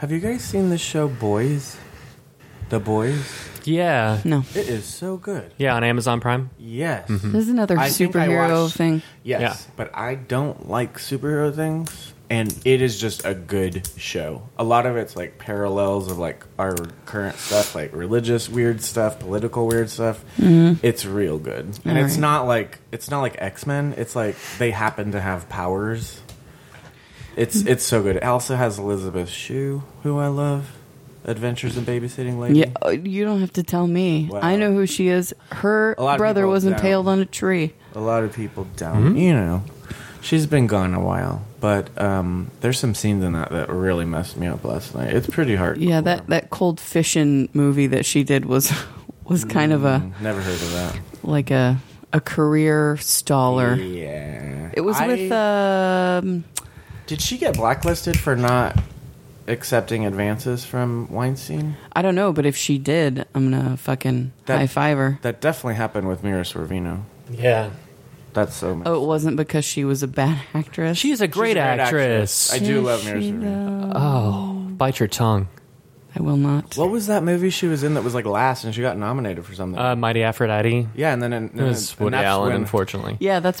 Have you guys seen the show Boys? The Boys? Yeah. No. It is so good. Yeah, on Amazon Prime. Yes. This is another I think I superhero watched- thing. Yes. Yeah. But I don't like superhero things. And it is just a good show. A lot of it's like parallels of like our current stuff, like religious weird stuff, political weird stuff. It's real good. And Mm-hmm. All it's right. not like it's not like X Men. It's like they happen to have powers. It's it's so good. It also has Elizabeth Shue, who I love. Adventures in Babysitting Lady. Yeah, uh, you don't have to tell me. Wow. I know who she is. Her A lot of brother people was don't. impaled on a tree. a lot of people down. Hmm? You know, she's been gone a while, but um, there's some scenes in that that really messed me up last night. It's pretty hard. Yeah, that Hmm. that cold fission movie that she did was was kind of a never heard of that. like a a career staller. Yeah, It was I- with um Did she get blacklisted for not accepting advances from Weinstein? I don't know, but if she did, I'm gonna fucking That- high five her. That definitely happened with Mira Sorvino. Yeah. That's so. messed Oh, it wasn't because she was a bad actress. She's a She's great, a actress. I do love Mira Sorvino. Oh, bite your tongue. I will not. What was that movie she was in that was like last and she got nominated for something? Uh, Mighty Aphrodite. yeah, and then and, It was and Woody that's Allen, when- unfortunately. Yeah, that's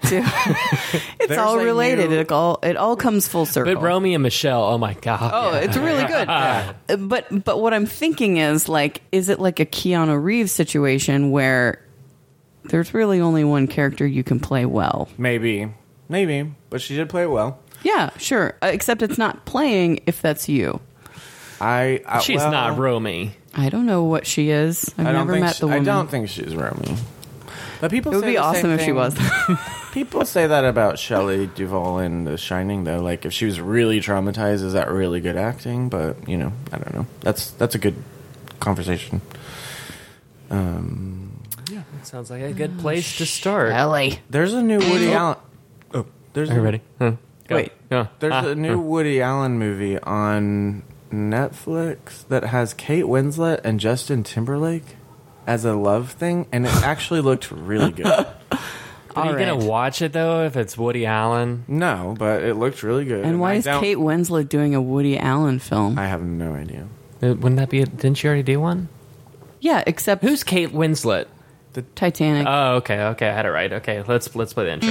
too. it's There's all a related. new- It all it all comes full circle. But Romy and Michelle, oh my god. Oh, it's really good. Uh, But but what I'm thinking is like, is it like a Keanu Reeves situation where there's really only one character you can play well? Maybe, maybe, but she did play it well. Yeah, sure. Uh, Except it's not playing if that's you. I, I She's well, not Romy. I don't know what she is. I've I don't never think met she- the woman. I don't think she's Romy. But people it would say be the same awesome if she thing- was. People say that about Shelley Duvall in The Shining, though. Like, if she was really traumatized, is that really good acting? But you know, I don't know. That's that's a good conversation. Um, Sounds like a good place to start. Ellie. there's a new Woody Allen. Oh, there's Are you a, ready? Huh. Go. Wait. Yeah. There's Ah. a new Woody Allen movie on Netflix that has Kate Winslet and Justin Timberlake as a love thing, and it actually looked really good. Are you gonna watch it though if it's Woody Allen? No, but it looked really good. And why I is don't- Kate Winslet doing a Woody Allen film? I have no idea. Uh, Wouldn't that be? A, didn't she already do one? yeah, except Who's Kate Winslet? Titanic. Oh, okay, okay, I had it right. Okay, let's let's play the intro.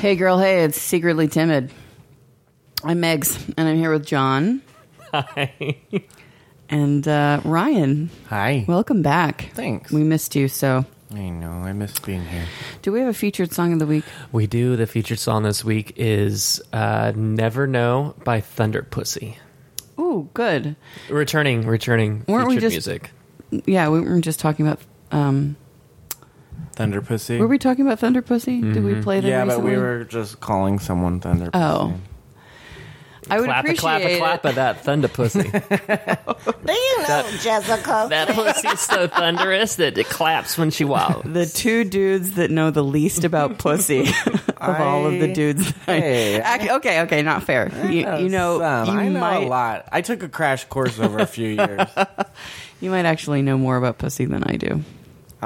hey, girl. Hey, it's secretly timid. I'm Megs, and I'm here with John and uh, Ryan. Hi. Welcome back. Thanks. We missed you. So, I know. I miss being here. do we have a featured song of the week? We do. The featured song this week is uh, "Never Know" by Thunder Pussy. Ooh, good. Returning, returning. Weren't we featured just- music? Yeah, we were just talking about. Um, Thunder Pussy. were we talking about Thunder Pussy? Did we play that? yeah, but recently? we were just calling someone Thunder Pussy. Oh. I would Clap a appreciate clap a it. clap of that Thunder Pussy. Do you know Jessica? that pussy's so thunderous that it claps when she wallows. The two dudes that know the least about pussy of all of the I- dudes. that I- Hey, I Act- okay, okay, not fair. You, you know, some. you I know might a lot. I took a crash course over a few years. you might actually know more about pussy than I do.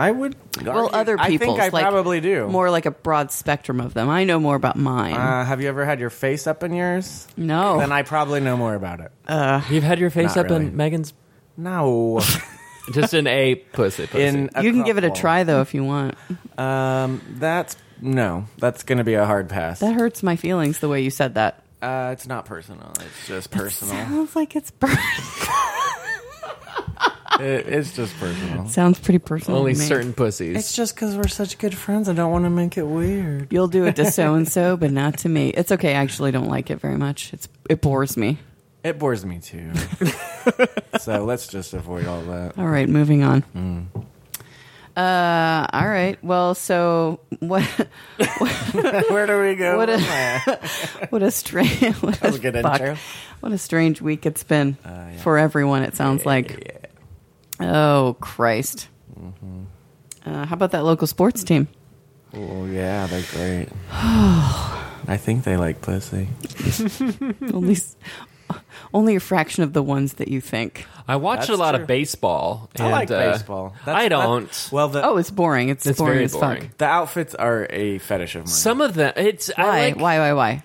I would. Well, other I people, think I probably do. More like a broad spectrum of them. I know more about mine. Uh, have you ever had your face up in yours? no, Then I probably know more about it. You've had your face Not up really. in Megan's, No. just in a pussy. pussy. in a you can give it a couple. try though if you want. Um, that's no. That's going to be a hard pass. That hurts my feelings the way you said that. uh, it's not personal. It's just personal. Sounds like it's per- It- it's just personal. sounds pretty personal. only to me. certain pussies. Oh, It's just because we're such good friends. I don't want to make it weird. You'll do it to so and so, but not to me. It's okay. I actually don't like it very much. It's it bores me. It bores me too. so let's just avoid all that. All right, moving on. Uh, all right. Well, so what? Where do we go? What a- from there? What a strange. What was a a good fuck. intro. What a strange week it's been for everyone. It sounds like. Oh Christ! Uh, how about that local sports team? Oh yeah, they're great. I think they like pussy. only, s- only a fraction of the ones that you think. I watch That's a lot true. of baseball. And, I like uh, baseball. I that- don't. well, the Oh, it's boring. It's, it's boring very as boring. fuck. the outfits are a fetish of mine. Some of them. It's I Why? like- why? Why? Why?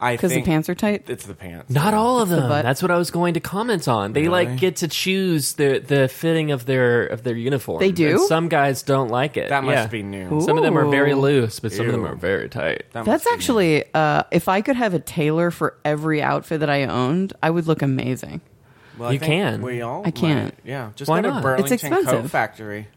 I Because the think pants are tight. It's the pants. Not all of the them. butt. That's what I was going to comment on. They Really? like get to choose the the fitting of their of their uniform. They do? And some guys don't like it. That must Yeah. be new. Ooh. Some of them are very Ooh. loose, but some of Ew. them are very tight. That must That's be new. actually, uh, if I could have a tailor for every outfit that I owned, I would look amazing. Well, I You think can. We all. I can't. might. Yeah. Just Why go to not? Burlington It's Coat expensive. Factory.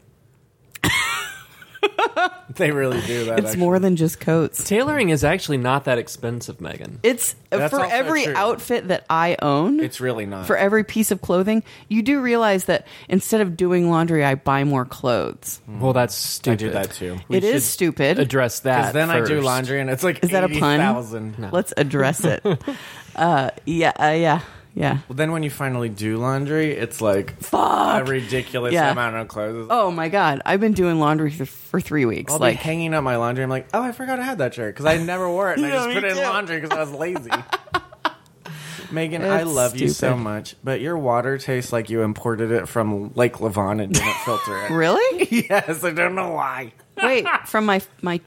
they really do that. It's more than just coats. Tailoring is actually not that expensive, Megan. It's uh, That's for also every true. outfit that I own. It's really not. for every piece of clothing. You do realize that instead of doing laundry, I buy more clothes. Well, that's Hmm. I stupid. do that too. it should is stupid. Address Because that. then I do first. laundry and it's like Is that a pun? 80,000. Let's address it. uh, yeah, uh, yeah, yeah. Well, then when you finally do laundry, it's like Fuck. a ridiculous Yeah. amount of clothes. oh my god, I've been doing laundry for, for three weeks. I'll like, be hanging up my laundry. I'm like, oh, I forgot I had that shirt because I never wore it. And I Yeah, just me put it in too. laundry because I was lazy. Megan, I It's love you so stupid. much, but your water tastes like you imported it from Lake Levon and didn't filter it. really? yes, I don't know why. Wait, from my my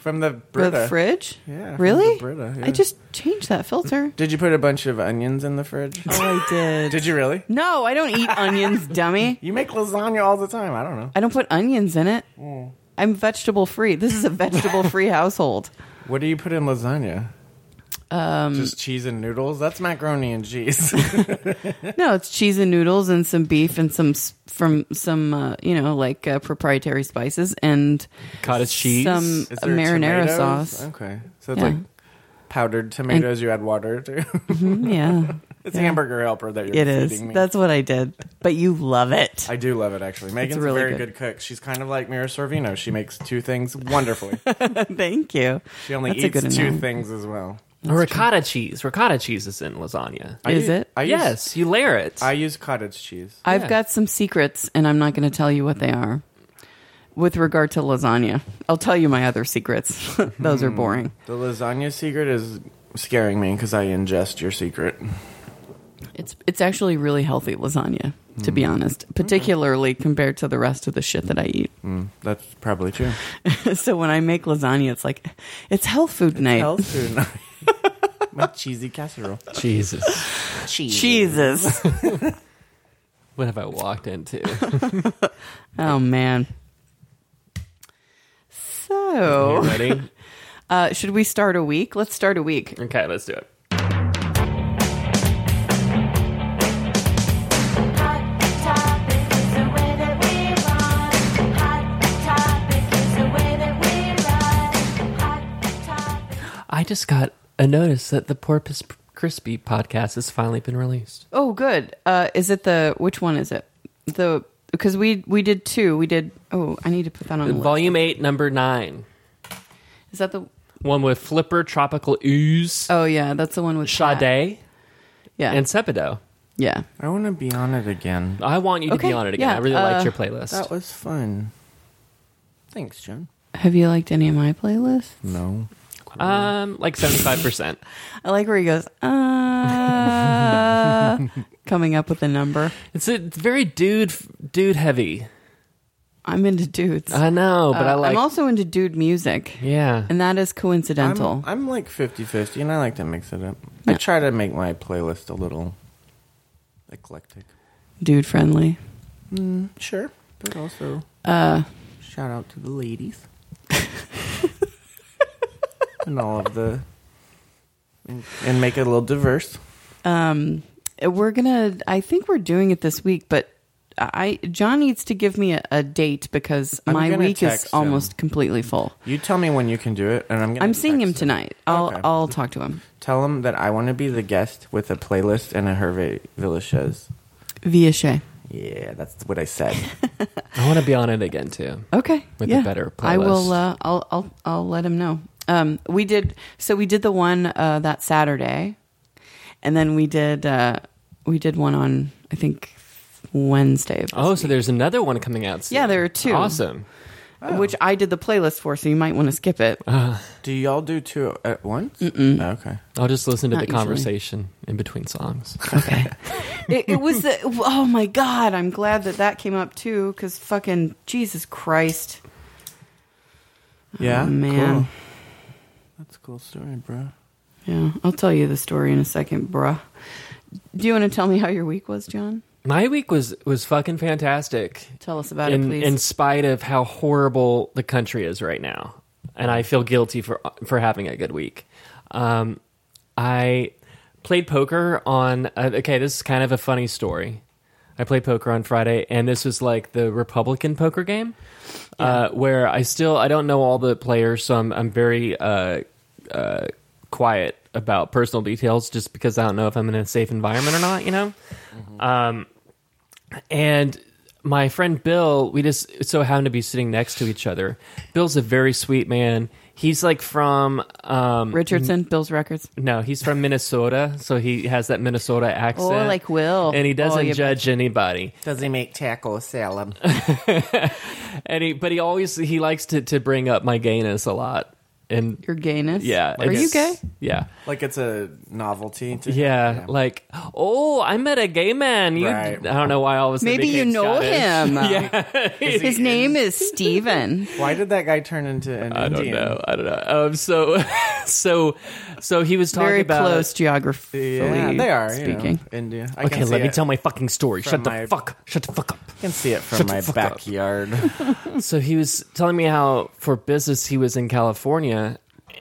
From the the Brita. fridge? Yeah, from really? the Brita, yeah. I just changed that filter. Did you put a bunch of onions in the fridge? oh, I did. Did you really? No, I don't eat onions, dummy. You make lasagna all the time. I don't know. I don't put onions in it. Oh. I'm vegetable free. This is a vegetable free household. What do you put in lasagna? Um, Just cheese and noodles. That's macaroni and cheese. No, it's cheese and noodles and some beef and some s- from some uh, you know like uh, proprietary spices and Cottage cheese. some Is uh, there marinara tomatoes? sauce. Okay, so it's Yeah. like powdered tomatoes. you add water to. Mm, yeah, it's hamburger helper that you're it feeding is. me. That's what I did. But you love it. I do love it actually. Megan's really a very good. good. cook. She's kind of like Mira Sorvino. She makes two things wonderfully. Thank you. She only That's a good eats two amount. things as well. Or ricotta cheese. Ricotta cheese is in lasagna. I Is use- it? I Use, yes, you layer it. I use cottage cheese. I've Yeah. got some secrets, and I'm not going to tell you what they are. With regard to lasagna, I'll tell you my other secrets. Those are boring. The lasagna secret is scaring me because I ingest your secret. It's it's actually really healthy lasagna, to be honest, particularly compared to the rest of the shit that I eat. That's probably true. so when I make lasagna, it's like it's health food night. Health food. My cheesy casserole. Jesus. Jesus. What have I walked into? oh man. You Oh. So, ready? uh, should we start a week? Let's start a week. Okay, let's do it. Hot topic is the way that we run. Hot topic is the way that we run. Hot topic. I just got a notice that the Porpoise Crispy podcast has finally been released. Oh, good. Uh, is it the which one is it? The because we we did two. We did. Oh, I need to put that on. The list. Volume 8, number 9. Is that the? One with Flipper, Tropical Ooze, Oh yeah, that's the one with Kat. Sade, Yeah, and Sepido. yeah. I want to be on it again. I want you to Okay, be on it again. yeah, I really liked uh, your playlist. That was fun. Thanks, John. Have you liked any of my playlists? No. um, like 75%. I like where he goes. Uh, coming up with a number. it's a it's very dude dude heavy. I'm into dudes. I know, but I Uh, like I'm also into dude music. Yeah. And that is I'm, coincidental. I'm like 50 50, and I like to mix it up. I try to make my playlist a little eclectic. dude friendly. Sure. But also, Uh, shout out to the ladies and all of the. And, and make it a little diverse. Um, we're gonna. I think we're doing it this week, but I John needs to give me a, a date because I'm my gonna week text is him. almost completely full. You tell me when you can do it, and I'm gonna. I'm seeing him text tonight. I'll Okay. I'll talk to him Tell him that I want to be the guest with a playlist and a Hervé Villachez. via Shay. Yeah, that's what I said. I want to be on it again too. Okay, With a yeah. better I will. playlist. Uh, I'll I'll I'll let him know. Um, we did so we did the one uh, that Saturday, and then we did uh, we did one on I think Wednesday. Of this Oh, so week. there's another one coming out. Soon. Yeah, there are two. Awesome. which I did the playlist for, so you might want to skip it. Do y'all do two at once? Okay. I'll just listen to Not the usually. conversation in between songs. it, it was the oh my god! I'm glad that that came up too, because fucking Jesus Christ, Yeah. Oh, man. cool. That's a cool story, bro. Yeah, I'll tell you the story in a second, bruh. Do you want to tell me how your week was, John? My week was was fucking fantastic. Tell us about it, in, please. in spite of how horrible the country is right now, and I feel guilty for for having a good week. Um, I played poker on. Uh, okay, this is kind of a funny story. I played poker on Friday, and this was like the Republican poker game, uh, where I still I don't know all the players, so I'm I'm very uh, uh, quiet about personal details, just because I don't know if I'm in a safe environment or not. You know and my friend Bill, we just so happened to be sitting next to each other. Bill's a very sweet man. He's like from um Richardson, Bill's Records. no, he's from Minnesota, so he has that Minnesota accent. Oh, like Will. And he Oh, doesn't you judge anybody. Does he make taco salad? And he but he always he likes to to bring up my gayness a lot. And Your gayness. yeah, Are you it's- gay? Yeah. like it's a novelty. To Yeah, like oh, I met a gay man. You, Right. I don't know why all of a sudden Maybe it you became know Scottish. him. Yeah, His name is Steven. Why did that guy turn into an I don't Indian? know. I don't know. Um, so, so, so he was talking Very about. close geographically. Yeah, they are you know, speaking. India. I Okay, can let see me it. tell my fucking story. from Shut my- the fuck. Shut the fuck up. I can see it from Shut the my fuck up. backyard. So he was telling me how for business he was in California,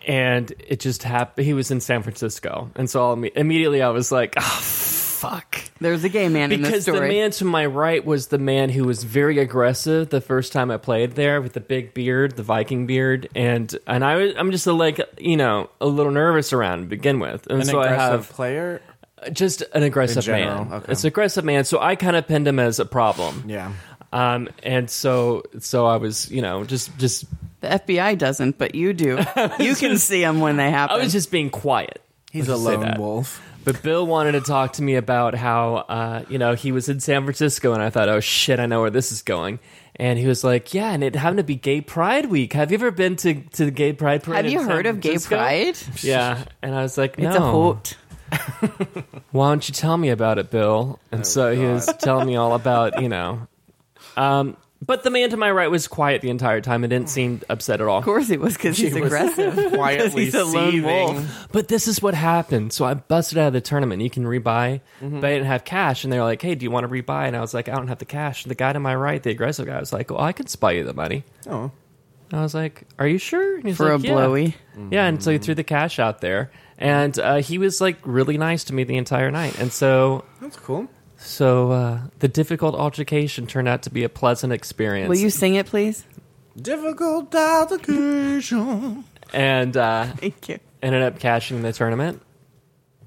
and it just happened. He was in San Francisco, and so I'll, imme- immediately I was like, oh, fuck. There's a gay man in this because the story. man to my right was the man who was very aggressive the first time I played there with the big beard, the Viking beard, and and I was I'm just a, like you know a little nervous around to begin with, and An so I aggressive have player. just an aggressive In general, man. okay. It's an aggressive man, so I kind of pinned him as a problem. Yeah. Um, and so so I was you know just just the FBI doesn't, but you do. You can see them when they I happen. was just being quiet. He's a Let's just say lone that. wolf. But Bill wanted to talk to me about how, uh, you know, he was in San Francisco, and I thought, oh shit, I know where this is going. And he was like, yeah, and it happened to be Gay Pride Week. Have you ever been to, to the Gay Pride Parade? Have in you San heard of gay Francisco?" pride? Yeah. And I was like, no. It's a hoot. Why don't you tell me about it, Bill? Oh, And so he was telling me all about, you know. Um, but the man to my right was quiet the entire time and didn't seem upset at all. Of course it was because he's was aggressive. 'Cause Quietly he's a lone seething. wolf. But this is what happened. So I busted out of the tournament. You can rebuy, Mm-hmm. but I didn't have cash. And they were like, "Hey, do you want to rebuy?" And I was like, "I don't have the cash." And the guy to my right, the aggressive guy, was like, "Well, I can spy you the money." Oh, And I was like, "Are you sure?" And he's For like, a "Yeah." blowy. Yeah, and so he threw the cash out there, and uh, he was like really nice to me the entire night. And so, that's cool. so uh, the difficult altercation turned out to be a pleasant experience. Will you sing it, please? Difficult application. and uh, Thank you. ended up cashing the tournament,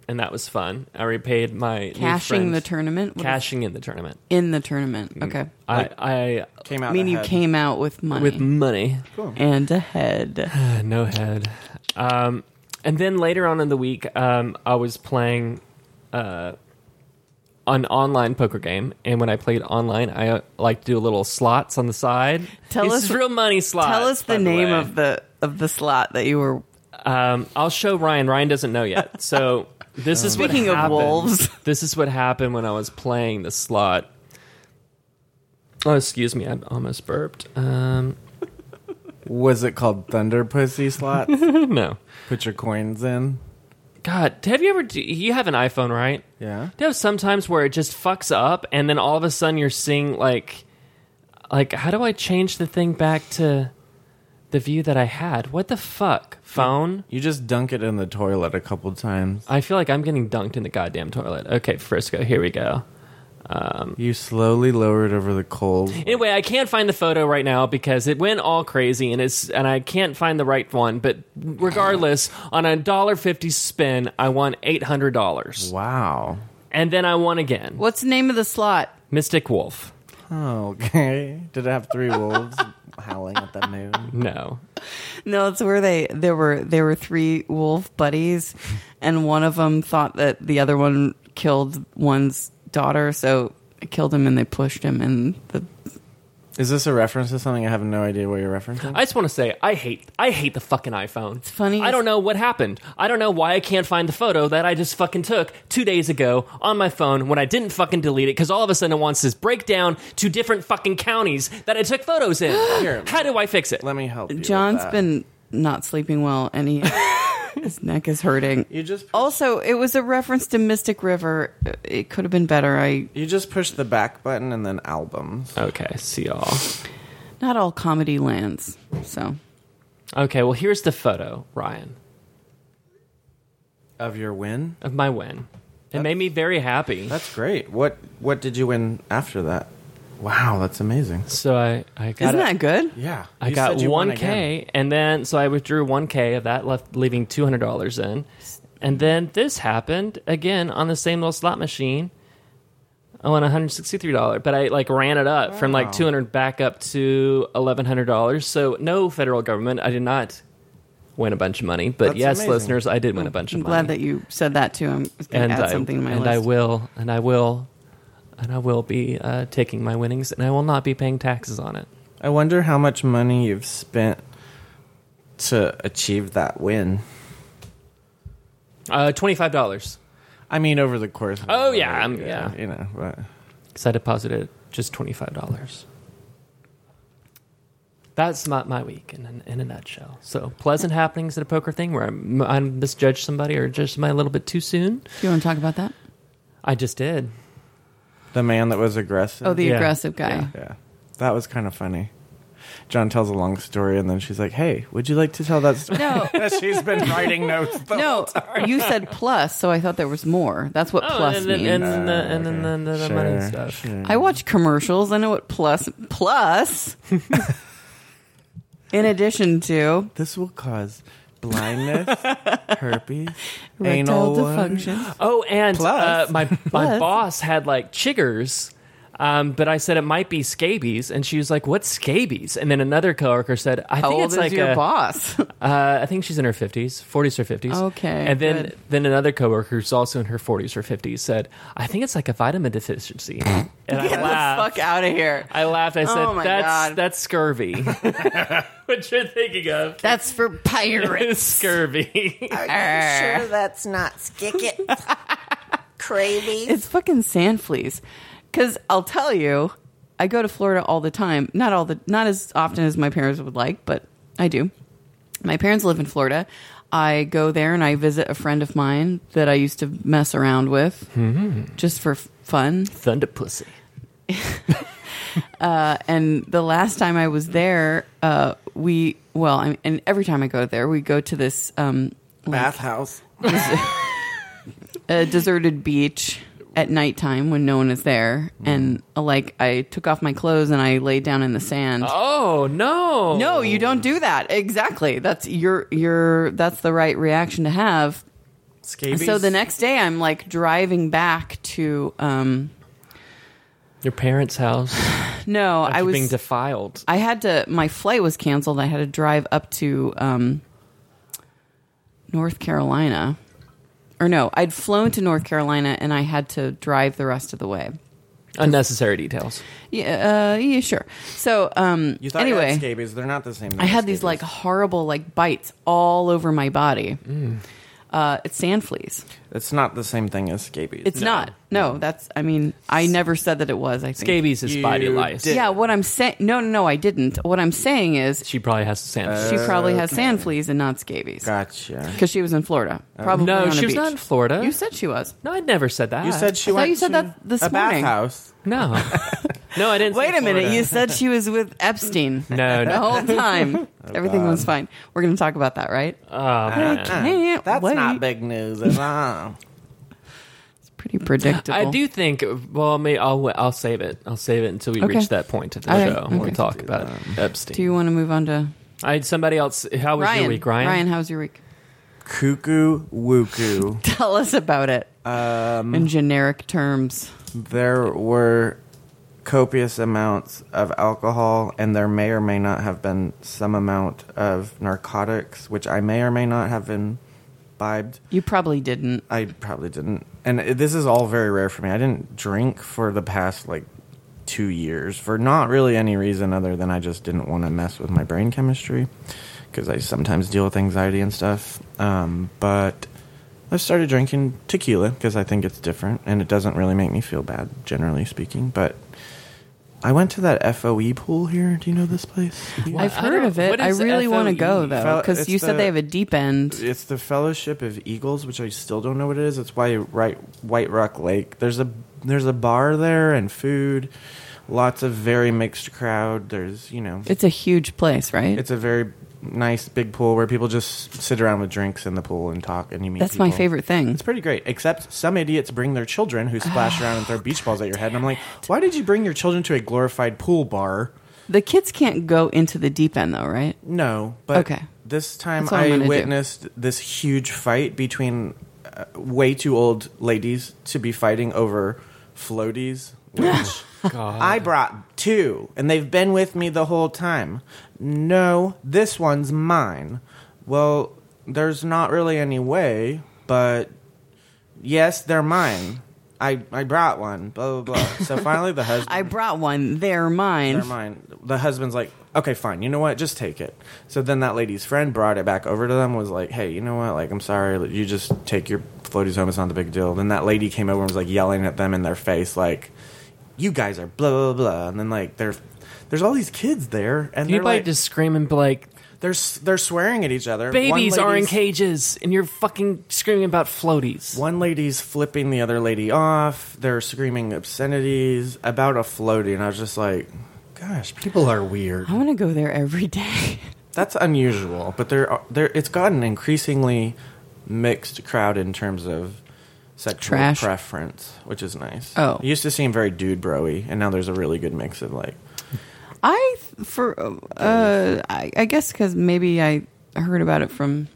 and that was fun. I repaid my new Cashing friend- the tournament? What is- cashing in the tournament. in the tournament. Okay. I, Came out. I mean, you ahead. came out with I money with money, and a head. Uh, no head. Um, and then later on in the week, um, I was playing uh, an online poker game, and when I played online, I uh, like to do little slots on the side. Tell This us- is real money slots. Tell us by the name way. of the of the slot that you were. Um, I'll show Ryan. Ryan doesn't know yet. So this is what Speaking of happened. wolves. This is what happened when I was playing the slot. Oh, excuse me. I almost burped. Um, Was it called Thunder Pussy Slot? no. Put your coins in. God, have you ever? do- You have an iPhone, right? Yeah. Do you have sometimes where it just fucks up, and then all of a sudden you're seeing like, like how do I change the thing back to the view that I had? What the fuck, phone? You just dunk it in the toilet a couple times. I feel like I'm getting dunked in the goddamn toilet. Okay, Frisco, here we go. You slowly lower it over the coals. Anyway, I can't find the photo right now because it went all crazy, and it's and I can't find the right one. But regardless, on a dollar fifty spin, I won eight hundred dollars, Wow. and then I won again. What's the name of the slot? Mystic Wolf. Oh, okay. Did it have three wolves howling at the moon? No, No, it's where they there were there were three wolf buddies, and one of them thought that the other one killed one's daughter, so it killed him, and they pushed him, and the Is this a reference to something? I have no idea what you're referencing. I just want to say I hate I hate the fucking iPhone. It's funny. I don't know what happened. I don't know why I can't find the photo that I just fucking took 2 days ago on my phone when I didn't fucking delete it cuz all of a sudden it wants this breakdown to different fucking counties that I took photos in. Here. How do I fix it? Let me help. You with John's that. been not sleeping well, and he his neck is hurting. You just pushed, also, it was a reference to Mystic River. It could have been better. I you just push the back button and then albums. Okay, see y'all. not all comedy lands. So Okay, well here's the photo, Ryan, Of your win. of my win. It made me very happy. That's great. What what did you win after that? Wow, that's amazing. So I I got isn't it. that good? Yeah. I You got said you won one again. k, and then so I withdrew one k of that, left leaving two hundred dollars in, and then this happened again on the same little slot machine. I won one hundred sixty three dollars, but I like ran it up from like Wow. two hundred back up to eleven hundred dollars. So no federal government, I did not win a bunch of money, but That's yes, amazing. listeners, I did win a bunch of I'm money. glad that you said that too. I'm going and to add I, something to my and list. I will, and I will, and I will be uh, taking my winnings, and I will not be paying taxes on it. I wonder how much money you've spent to achieve that win. Uh, twenty five dollars. I mean, over the course. Of Oh, the yeah, year, I'm- yeah. You know, but because I deposited just twenty five dollars. That's my, my week in, a- in a nutshell. So pleasant happenings at a poker thing where I'm, I misjudged somebody or judged somebody a little bit too soon. you want to talk about that? I just did. the man that was aggressive. Oh, the Yeah. aggressive guy. Yeah. yeah, that was kind of funny. John tells a long story, and then she's like, "Hey, would you like to tell that story?" No. she's been writing notes. The No, you said plus, so I thought there was more. That's what plus Oh, and then, means. and, then the, and then the, the, the money Oh, Sure, stuff. I watch commercials. I know what plus plus. in addition to This will cause blindness, herpes, rectal anal one. dysfunction. Oh, and Plus. uh, my my Plus. boss had like chiggers, um, but I said it might be scabies, and she was like, "What's scabies?" And then another coworker said, "I How think old it's is like your a, boss? Uh, I think she's in her fifties, forties or fifties. Okay, And then good. then another coworker who's also in her forties or fifties said, "I think it's like a vitamin deficiency." and I Get laughed. the fuck out of here. I laughed. I said, Oh my "That's God. that's scurvy." what you're thinking of That's for is pirates. scurvy. Are you sure that's not skicket? Crazy. It's fucking sand fleas. Because I'll tell you, I go to Florida all the time. Not all the, not as often as my parents would like, but I do. My parents live in Florida. I go there and I visit a friend of mine that I used to mess around with just for f- fun. Thunder pussy. and the last time I was there, uh, we well, I and every time I go there, we go to this um, bathhouse. a deserted beach at nighttime when no one is there, and uh, like I took off my clothes and I laid down in the sand. Oh no! No, you don't do that. Exactly. That's your your that's the right reaction to have. Scabies. So the next day, I'm like driving back to um, Your parents' house. no, I You're was being defiled. I had to. My flight was canceled. I had to drive up to um, North Carolina, or no, I'd flown to North Carolina and I had to drive the rest of the way. Unnecessary details. Yeah, uh, yeah, sure. So, um, You thought you anyway, had scabies. They're not the same. I had these like horrible like bites all over my body. Uh, it's sand fleas. It's not the same thing as scabies. It's not. No, that's. I mean, I never said that it was. I think. Scabies is body You lice. did- Yeah, what I'm saying. No, no, no, I didn't. What I'm saying is, She probably has the same. she probably has sand fleas and not scabies. Gotcha. Because she was in Florida. Probably Oh. no, on a she was beach. not in Florida. You said she was. no, I never said that. You said she I thought went you said to that this a morning. bathhouse. No. no, I didn't. Wait say a minute. Florida. You said she was with Epstein No, the no. whole time. Everything was fine. We're going to talk about that, right? Oh, man. Can't That's wait. not big news at all. It's pretty predictable. I do think. Well, maybe I'll wa- I'll save it. I'll save it until we Okay. reach that point of the All right, show. We'll okay. talk about Epstein. Do you want to move on to I had somebody else. How was Ryan? your week, Ryan? Ryan, how's your week? Cuckoo wooku. Tell us about it um, in generic terms. There were copious amounts of alcohol, and there may or may not have been some amount of narcotics, which I may or may not have imbibed. You probably didn't. I probably didn't. And it- this is all very rare for me. I didn't drink for the past like two years for not really any reason other than I just didn't want to mess with my brain chemistry because I sometimes deal with anxiety and stuff. Um, but I started drinking tequila because I think it's different and it doesn't really make me feel bad, generally speaking. But I went to that FOE pool here. Do you know this place? I've I heard don't- of it. what I is the really want to FOE? go though Fel- because it's you said the- they have a deep end. It's the Fellowship of Eagles, which I still don't know what it is. It's why right White Rock Lake. There's a there's a bar there and food, lots of very mixed crowd. There's you know It's a huge place, right? it's a very nice big pool where people just sit around with drinks in the pool and talk and you meet. That's my people. favorite thing. It's pretty great, except some idiots bring their children who splash around and throw beach balls at your head. And I'm like, why did you bring your children to a glorified pool bar? The kids can't go into the deep end though, right? No, but Okay. this time That's all I'm I gonna do. witnessed this huge fight between uh, way too old ladies to be fighting over floaties, which I brought two, and they've been with me the whole time. No, this one's mine. Well, there's not really any way, but yes, they're mine. I, I brought one, blah, blah, blah. So finally, the husband. I brought one. They're mine. Never mind. The husband's like, okay, fine. You know what? Just take it. So then that lady's friend brought it back over to them. Was like, hey, you know what? Like, I'm sorry. You just take your floaties home. It's not the big deal. Then that lady came over and was like yelling at them in their face, like, you guys are blah blah blah. And then like, there's there's all these kids there, and they're Anybody like, just screaming like they're s- they're swearing at each other. One babies are in lady's- cages and you're fucking screaming about floaties. One lady's flipping the other lady off. They're screaming obscenities about a floaty, and I was just like, gosh, people are weird. I want to go there every day. That's unusual, but there are, there it's gotten increasingly mixed crowd in terms of sexual Trash. preference, which is nice. Oh. it used to seem very dude broy, and now there's a really good mix of like I for uh, I, I guess because maybe I heard about it from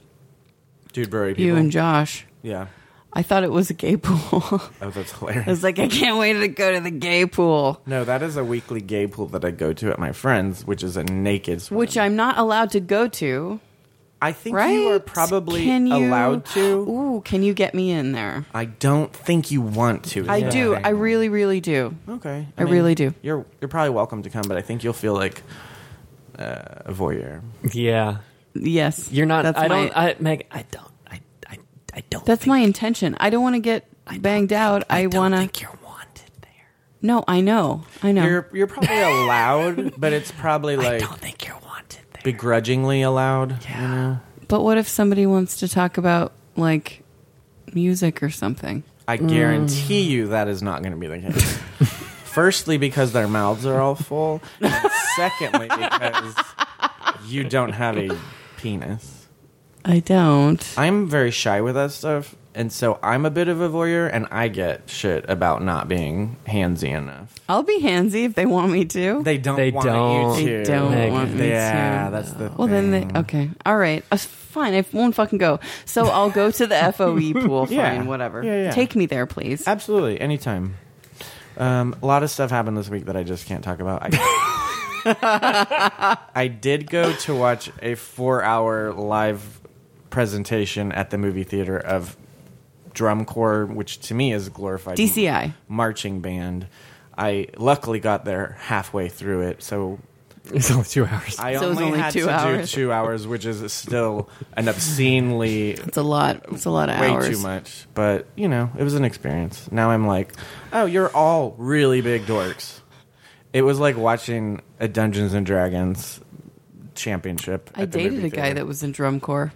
dude broy people. you and Josh. yeah, I thought it was a gay pool. oh, that's I hilarious. was like, I can't wait to go to the gay pool, No, that is a weekly gay pool that I go to at my friend's, which is a naked. Swim. which I'm not allowed to go to. I think Right? you are probably Can you- Oh. allowed to. Ooh, can you get me in there? I don't think you want to. is I the do. thing. I really, really do. Okay, I really do. You're you're probably welcome to come, but I think you'll feel like uh, a voyeur. Yeah. Yes, You're not That's I my, don't I Meg, I don't I I, I don't That's think- my intention. I don't want to get banged out. I, don't want think to. you're wanted there. No, I know. I know. You're you're probably allowed, but it's probably like think you're wanted there. begrudgingly allowed. Yeah. You know, But what if somebody wants to talk about like music or something? I guarantee Mm. you that is not going to be the case. Firstly, because their mouths are all full. And secondly, because you don't have a penis. I don't. I'm very shy with that stuff, and so I'm a bit of a voyeur, and I get shit about not being handsy enough. I'll be handsy if they want me to. They don't. They want don't. You They to. don't Megan. want me yeah, to. that's the. Well, then they okay. All right, uh, fine. I won't fucking go. So I'll go to the FOE pool. Fine, Yeah. whatever. Yeah, yeah. Take me there, please. Absolutely, anytime. Um, a lot of stuff happened this week that I just can't talk about. I, I did go to watch a four-hour live presentation at the movie theater of drum corps, which to me is glorified DCI. marching band. I luckily got there halfway through it, so It's only two hours. I So it was only, only had two to hours. do two hours, which is still an obscenely It's a lot. It's a lot of way hours. too much. But you know, it was an experience. Now I'm like, oh, you're all really big dorks. It was like watching a Dungeons and Dragons championship. I at the dated movie a guy theater. that was in drum corps.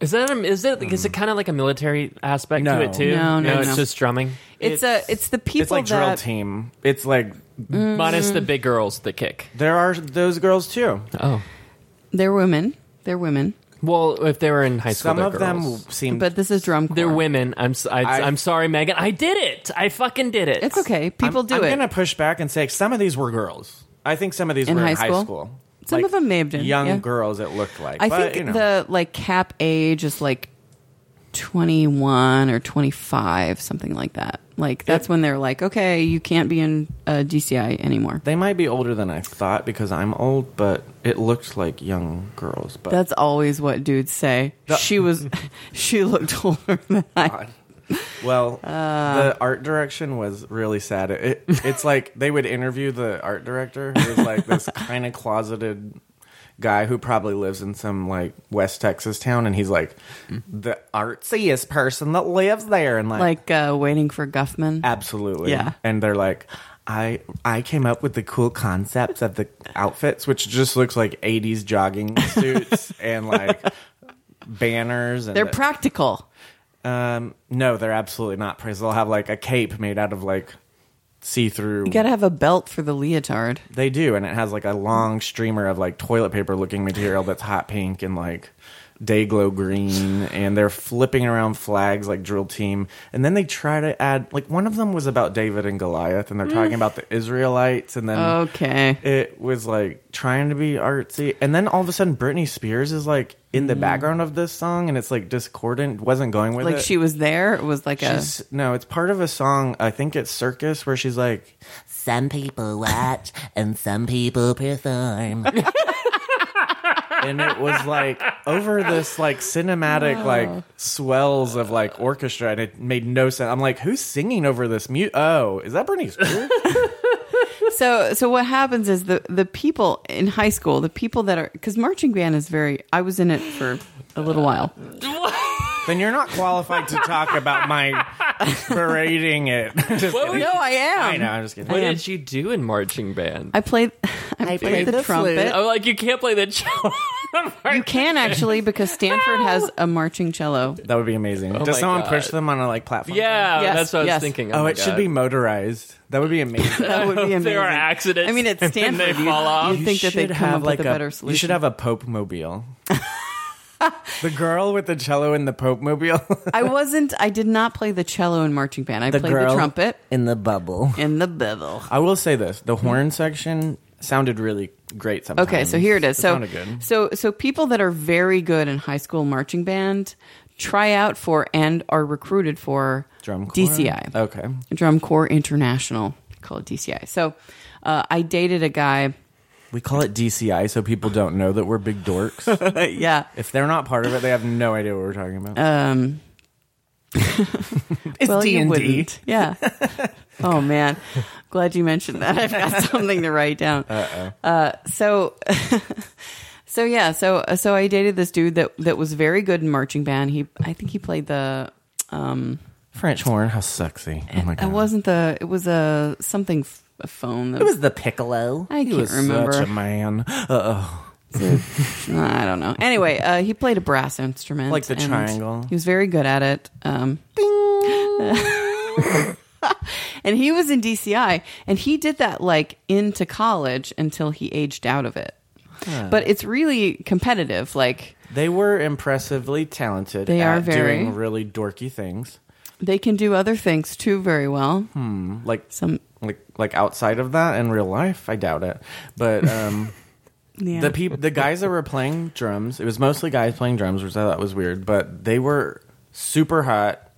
Is that a, is it is it kind of like a military aspect No. to it too? No, no, it's no. just drumming It's, It's- a. It's the people It's like that drill team. It's like minus the big girls that kick. there are those girls too. Oh, they're women. They're women. well, if they were in high school, Some they're of them girls. seem. But this is drum corps. They're women. I'm s- I, I- am sorry, Megan. I did it. I fucking did it. It's okay. People I'm, do I'm it. gonna push back and say some of these were girls. I think some of these In were high in high school? school. Some of them may have been, young yeah. girls. It looked like. I But, think you know. the like cap age is like twenty one or twenty five, something like that. Like that's when they're like, okay, you can't be in uh, DCI anymore. They might be older than I thought because I'm old, but it looked like young girls. But That's always what dudes say. The- she was, she looked older than I. Well, Uh. the art direction was really sad. It, it's like they would interview the art director, who was like this kind of closeted guy who probably lives in some like West Texas town, and he's like the artsiest person that lives there, and like, Mm-hmm. Like uh, waiting for Guffman. absolutely, Yeah. And they're like. I I came up with the cool concepts of the outfits, which just looks like '80s jogging suits and like banners. And They're the- practical. um, no, they're absolutely not. Because they'll have like a cape made out of like see-through. You got to have a belt for the leotard. they do, and it has like a long streamer of like toilet paper-looking material that's hot pink and like day glow green, and they're flipping around flags like drill team. And then they try to add like one of them was about David and Goliath, and they're talking about the Israelites, and then Mm. Okay. it was like trying to be artsy and then all of a sudden britney spears is like in the background of this song and it's like discordant wasn't going with Mm. Like it she was there. It was uh, like a. She's, no, it's part of a song. I think it's Circus where she's like, Some people watch and some people perform. and it was like over this like cinematic like swells of like orchestra, and it made no sense. I'm like, who's singing over this mute? Oh, is that Britney Spears? So so what happens is the the people in high school, the people that are because marching band is very. I was in it for a little while. then you're not qualified to talk about my berating it. Just kidding. Oh, No, I am. I know, I'm just kidding. What am. did you do in marching band? I played. I, played the, Oh. trumpet. I'm like, you can't play the cello. You can actually because Stanford has a marching cello. That would be amazing. Does oh my someone God. push them on a like platform? Yeah, Yes, that's what I was yes. thinking. Oh, my it should God. be motorized. That would be amazing. That would be amazing. There are accidents. I mean, at and Stanford, they you- fall off. you think that they should come have up with a, better You should solution. have a Pope mobile. the girl with the cello in the Pope mobile. I wasn't. I did not play the cello in marching band. I played the girl. trumpet In the bubble. and the bevel. I will say this: the horn section sounded really great. Sometimes. Okay, so here it is. So, sounded good. so, so people that are very good in high school marching band try out for and are recruited for Drum corps? Oh. DCI, Okay, Drum Corps International, called DCI. So, uh, I dated a guy. we call it DCI so people don't know that we're big dorks. yeah, if they're not part of it, they have no idea what we're talking about. um, it's well, D you and D. wouldn't. Yeah. oh man, glad you mentioned that. I've got something to write down. Uh-oh. so, so yeah, so so I dated this dude that that was very good in marching band. He, I think he played the. Um, French horn. How sexy! Oh my god, It wasn't the. It was a something f- a phone. That It was the piccolo. I He can't was remember. such a man. Uh-oh. I don't know. Anyway, uh, he played a brass instrument, Like the and triangle. He was very good at it. Um, and he was in DCI, and he did that like into college until he aged out of it. But it's really competitive. Like They were impressively talented. They at are very- doing really dorky things. they can do other things too very well. Hmm. Like Some like like outside of that in real life i doubt it but um yeah. the people the guys that were playing drums it was mostly guys playing drums which i thought was weird but they were super hot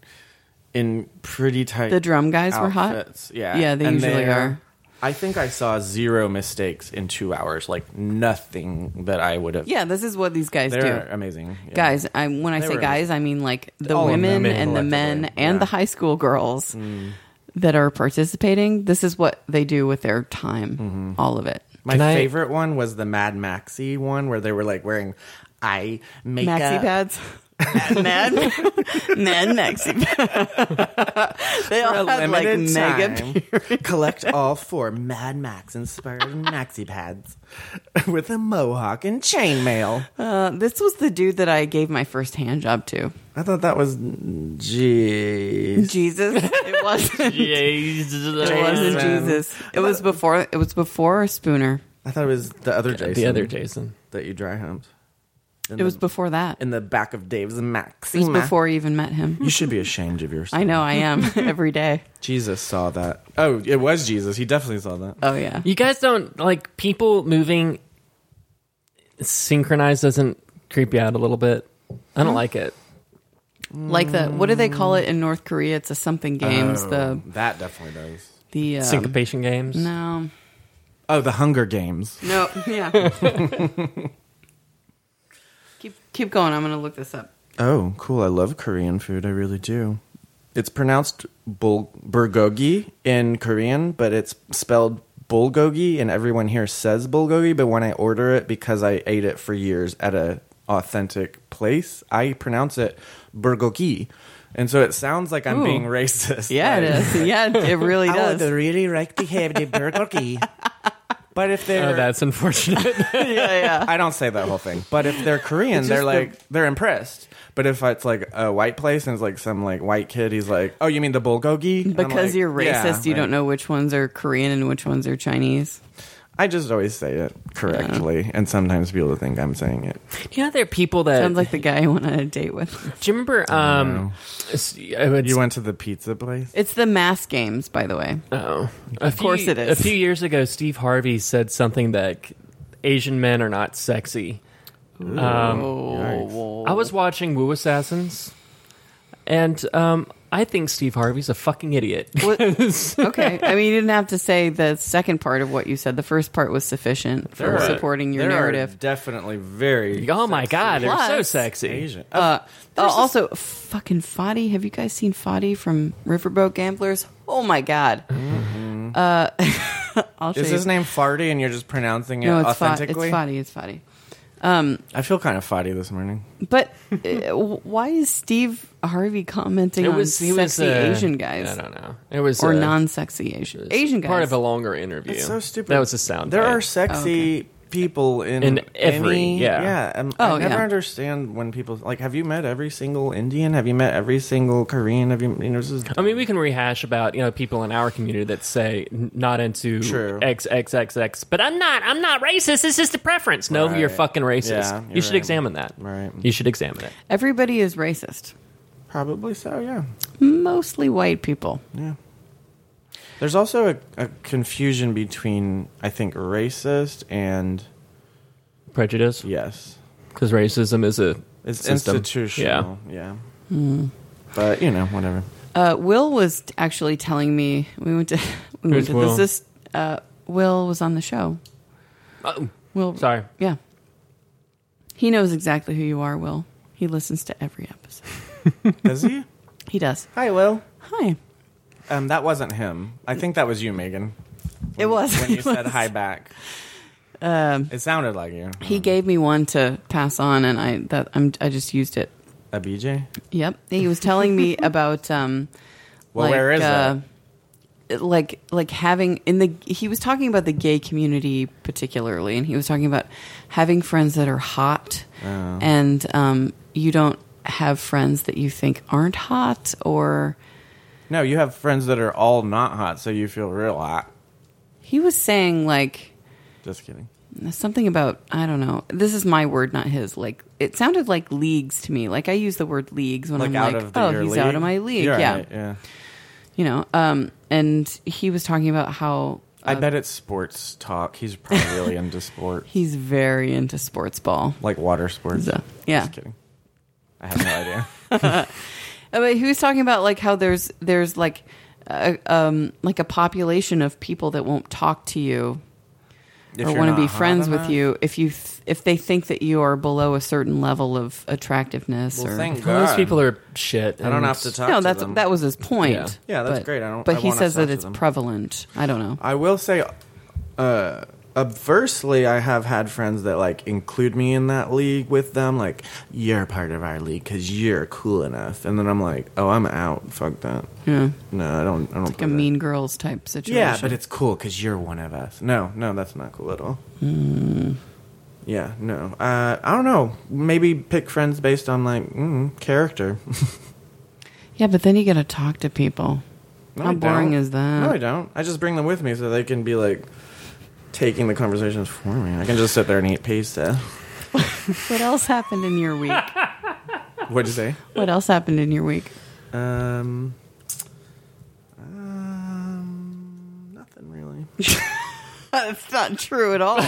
in pretty tight The drum guys were hot? outfits. yeah Yeah, they And usually they're- are. i think i saw zero mistakes in two hours like nothing that i would have yeah, this is what these guys they're do. amazing Yeah. guys i when i They say were- guys i mean like the All of them, women men and the men collectively, and yeah. Mm. the high school girls that are participating this is what they do with their time Mm-hmm. all of it my Can I- favorite one was the mad maxi one where they were like wearing eye makeup maxi pads mad mad maxi pads. they all had like mega mega collect all four Mad Max inspired maxi pads with a mohawk and chainmail. uh, this was the dude that i gave my first hand job to I thought that was jeez. jesus it wasn't it wasn't Jesus. jesus it was before it was before spooner I thought it was the other Jason. The other Jason. that you dry humped. In it was the, before that in the back of Dave's maxi. it was ma- before i even met him You should be ashamed of yourself. i know i am every day Jesus saw that. Oh, it was Jesus. He definitely saw that. oh yeah You guys don't like people moving synchronized doesn't creep you out a little bit. I don't like it. like the what do they call it in North Korea? It's a something games. The that definitely does. the um, Syncopation games. No, Oh, the Hunger Games. no, yeah. keep keep going. I'm gonna look this up. Oh, cool. I love Korean food. I really do. It's pronounced bul- bulgogi in Korean, but it's spelled bulgogi, and everyone here says bulgogi. But when I order it, because I ate it for years at a authentic place, I pronounce it bulgogi, and so it sounds like I'm Ooh. being racist. Yeah, it Like, is. Yeah, it really does. really like to have the burger. But if they're Oh, that's unfortunate. yeah, I don't say that whole thing, but if they're Korean, they're the- like they're impressed. But if it's like a white place and it's like some like white kid, he's like, "Oh, you mean the bulgogi?" And I'm Because like, you're racist, "Yeah, you like, don't know which ones are Korean and which ones are Chinese. I just always say it correctly, and sometimes people think I'm saying it. you know, there are people that. Sounds like the guy I went on a date with. do you remember? Um, it's- I would- You went to the pizza place. It's the mass games, by the way. Oh, of course it is. A few years ago, Steve Harvey said something that Asian men are not sexy. oh, I was watching Woo Assassins, and um, I think Steve Harvey's a fucking idiot. okay. I mean, you didn't have to say the second part of what you said. The first part was sufficient for There are- supporting your there are narrative. definitely very oh my god, they're so Plus- sexy. Asian. Uh, uh, also, fucking Fadi. Have you guys seen Fadi from Riverboat Gamblers? Oh my god. Uh, I'll show Mm-hmm. is you. his name Farty, and you're just pronouncing it no, it's, Fa- it's authentically? Fadi. It's Fadi. I feel kind of Farty this morning. But uh, w- why is Steve Harvey commenting It on was he sexy was uh, Asian guys I don't know. It was or uh, non-sexy Asian Asian guys? Part of a longer interview. It's so stupid. That was a sound. There bite. are sexy people in, In every- any- yeah. yeah. um, Oh, I never yeah. understand when people like. Have you met every single Indian? Have you met every single Korean? Have you? you know, this is- I mean, we can rehash about you know people in our community that say "N- not into True. X X X X, but I'm not. I'm not racist. It's just a preference. No, you're Right. fucking racist. Yeah, you you're should right. examine that. Right. You should examine it. Everybody is racist. probably so. Yeah. Mostly white people. There's also a, a confusion between I think racist and Prejudice, yes, because racism is a it's system. institutional. Yeah. Hmm. But you know, whatever. Uh, Will was t- actually telling me we went to we went Who's to Will? this. Uh, Will was on the show. Oh, Will, sorry. yeah, he knows exactly who you are. Will he listens to every episode? Does he? He does. Hi, Will. Hi. Um, that wasn't him. I think that was you, Megan. It was. When you said hi back, um, it sounded like you. He gave me one to pass on, and I that I'm, I just used it. A BJ. Yep. He was telling me about um, Well, where is uh, that? it- Like like having in the he was talking about the gay community particularly, and he was talking about having friends that are hot, Oh. and um, you don't have friends that you think aren't hot or. No, you have friends that are all not hot, so you feel real hot. He was saying like Just kidding. something about I don't know. This is my word, not his. Like it sounded like leagues to me. Like I use the word leagues when Like I'm out like, of the, oh, your he's league. out of my league. You're yeah, Uh, right, yeah. you know. Um, and he was talking about how I bet it's sports talk. He's probably really into sport, he's very into sports ball. like water sports. So, yeah. Just kidding. I have no idea. Uh, But he was talking about like how there's there's like a, um like a population of people that won't talk to you If or you're want to not be hot friends with enough- you if you th- if they think that you are below a certain level of attractiveness Well, or thank Well, God. those people are shit. I don't and- have to talk. no, to that's them. that was his point. Yeah. Yeah, that's But- great. I don't- But I he wanna says talk that to it's them. prevalent. I don't know. I will say, uh, adversely, I have had friends that like include me in that league with them. Like, you're part of our league because you're cool enough, and then I'm like, oh, I'm out. Fuck that. Yeah. No, I don't. I don't. Like a mean girls type situation. Yeah, but it's cool because you're one of us. No, no, that's not cool at all. Hmm. Yeah, no. Uh, I don't know. Maybe pick friends based on like mm, character. yeah, but then you got to talk to people. No, How I boring don't. is that? No, I don't. I just bring them with me so they can be like taking the conversations for me. I can just sit there and eat pizza. What else happened in your week? What'd you say? what else happened in your week? Um, um, nothing really. That's not true at all.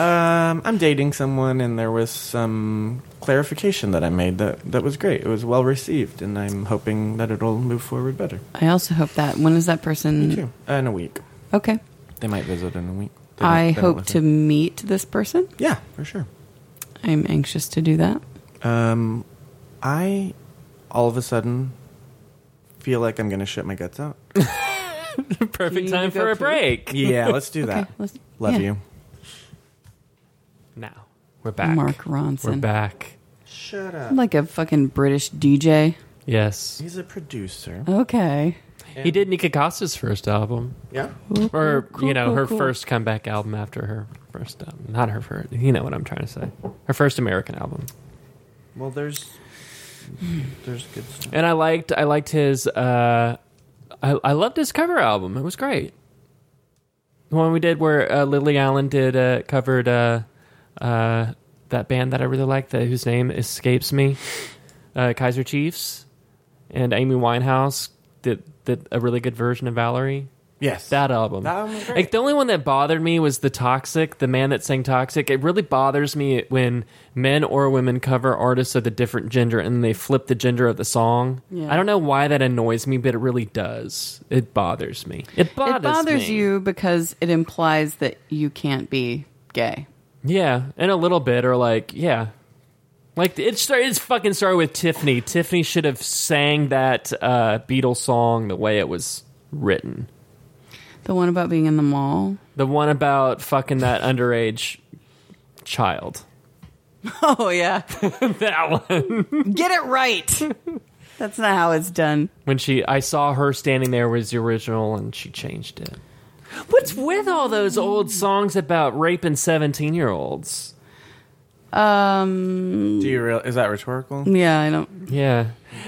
Um, I'm dating someone, and there was some clarification that I made that that was great. It was well received, and I'm hoping that it'll move forward better. I also hope that when is that person? Too. Uh, In a week, Okay, they might visit in a week. They don't- I they don't hope live to here. meet this person. Yeah, for sure. I'm anxious to do that. Um, I all of a sudden feel like I'm going to shit my guts out. Perfect need time to for go a poo? break. Yeah, let's do that. let's- Love yeah. you. Now we're back. Mark Ronson. We're back. Shut up. Like a fucking British DJ. Yes, He's a producer. Okay. he did Nika Costa's first album, Yeah. or cool, you know, cool, her cool. first comeback album after her first album. Not her first. You know what I'm trying to say. Her first American album. Well, there's there's good stuff. And I liked. I liked his. Uh, I I loved his cover album. It was great. The one we did where uh, Lily Allen did uh, covered uh, uh, that band that I really liked, that, whose name escapes me, uh, Kaiser Chiefs, and Amy Winehouse did did a really good version of Valerie. Yes. That album. That album was great. like the only one that bothered me was the Toxic, the man that sang Toxic. It really bothers me when men or women cover artists of the different gender and they flip the gender of the song. Yeah. I don't know why that annoys me, but it really does. It bothers me. It bothers, it bothers me. you because it implies that you can't be gay. Yeah, and a little bit, or like, yeah. Like it started. It's fucking started with Tiffany. Tiffany should have sang that uh, Beatles song the way it was written. The one about being in the mall. The one about fucking that underage child. Oh yeah. That one. Get it right. That's not how it's done. When she, I saw her standing there was the original, and she changed it. What's with all those old songs about raping seventeen-year-olds? Mm. Um Do you real? Is that rhetorical? yeah, I don't Yeah,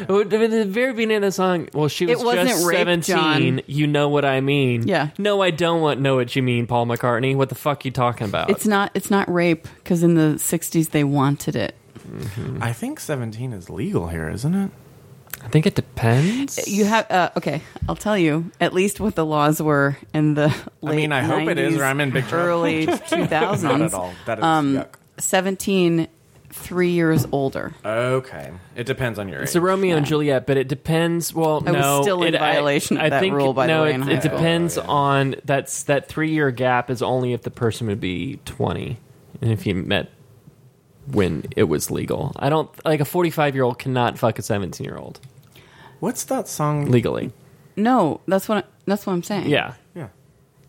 Oh, at the very beginning of the song. Well, she was It wasn't just rape, seventeen. John. You know what I mean? Yeah. No, I don't want know what you mean, Paul McCartney. What the fuck you talking about? it's not it's not rape because in the sixties they wanted it. I think 17 is legal here, isn't it? I think it depends. You have uh, okay. I'll tell you at least what the laws were in the. Late mean, I hope it is, or 90s, I'm in big trouble. early two Not at thousands. all. That is Um, yuck. 17, three years older. Okay. It depends on your age. It's a Romeo and Juliet, but it depends. Well, I was no, still in it- violation of I that think, rule, by the no, way, it, in high it school. depends Oh, yeah. on that's that three year gap is only if the person would be twenty, and if you met when it was legal. I don't like a forty five year old cannot fuck a seventeen year old What's that song? legally. No, that's what I, that's what I'm saying. Yeah, Yeah.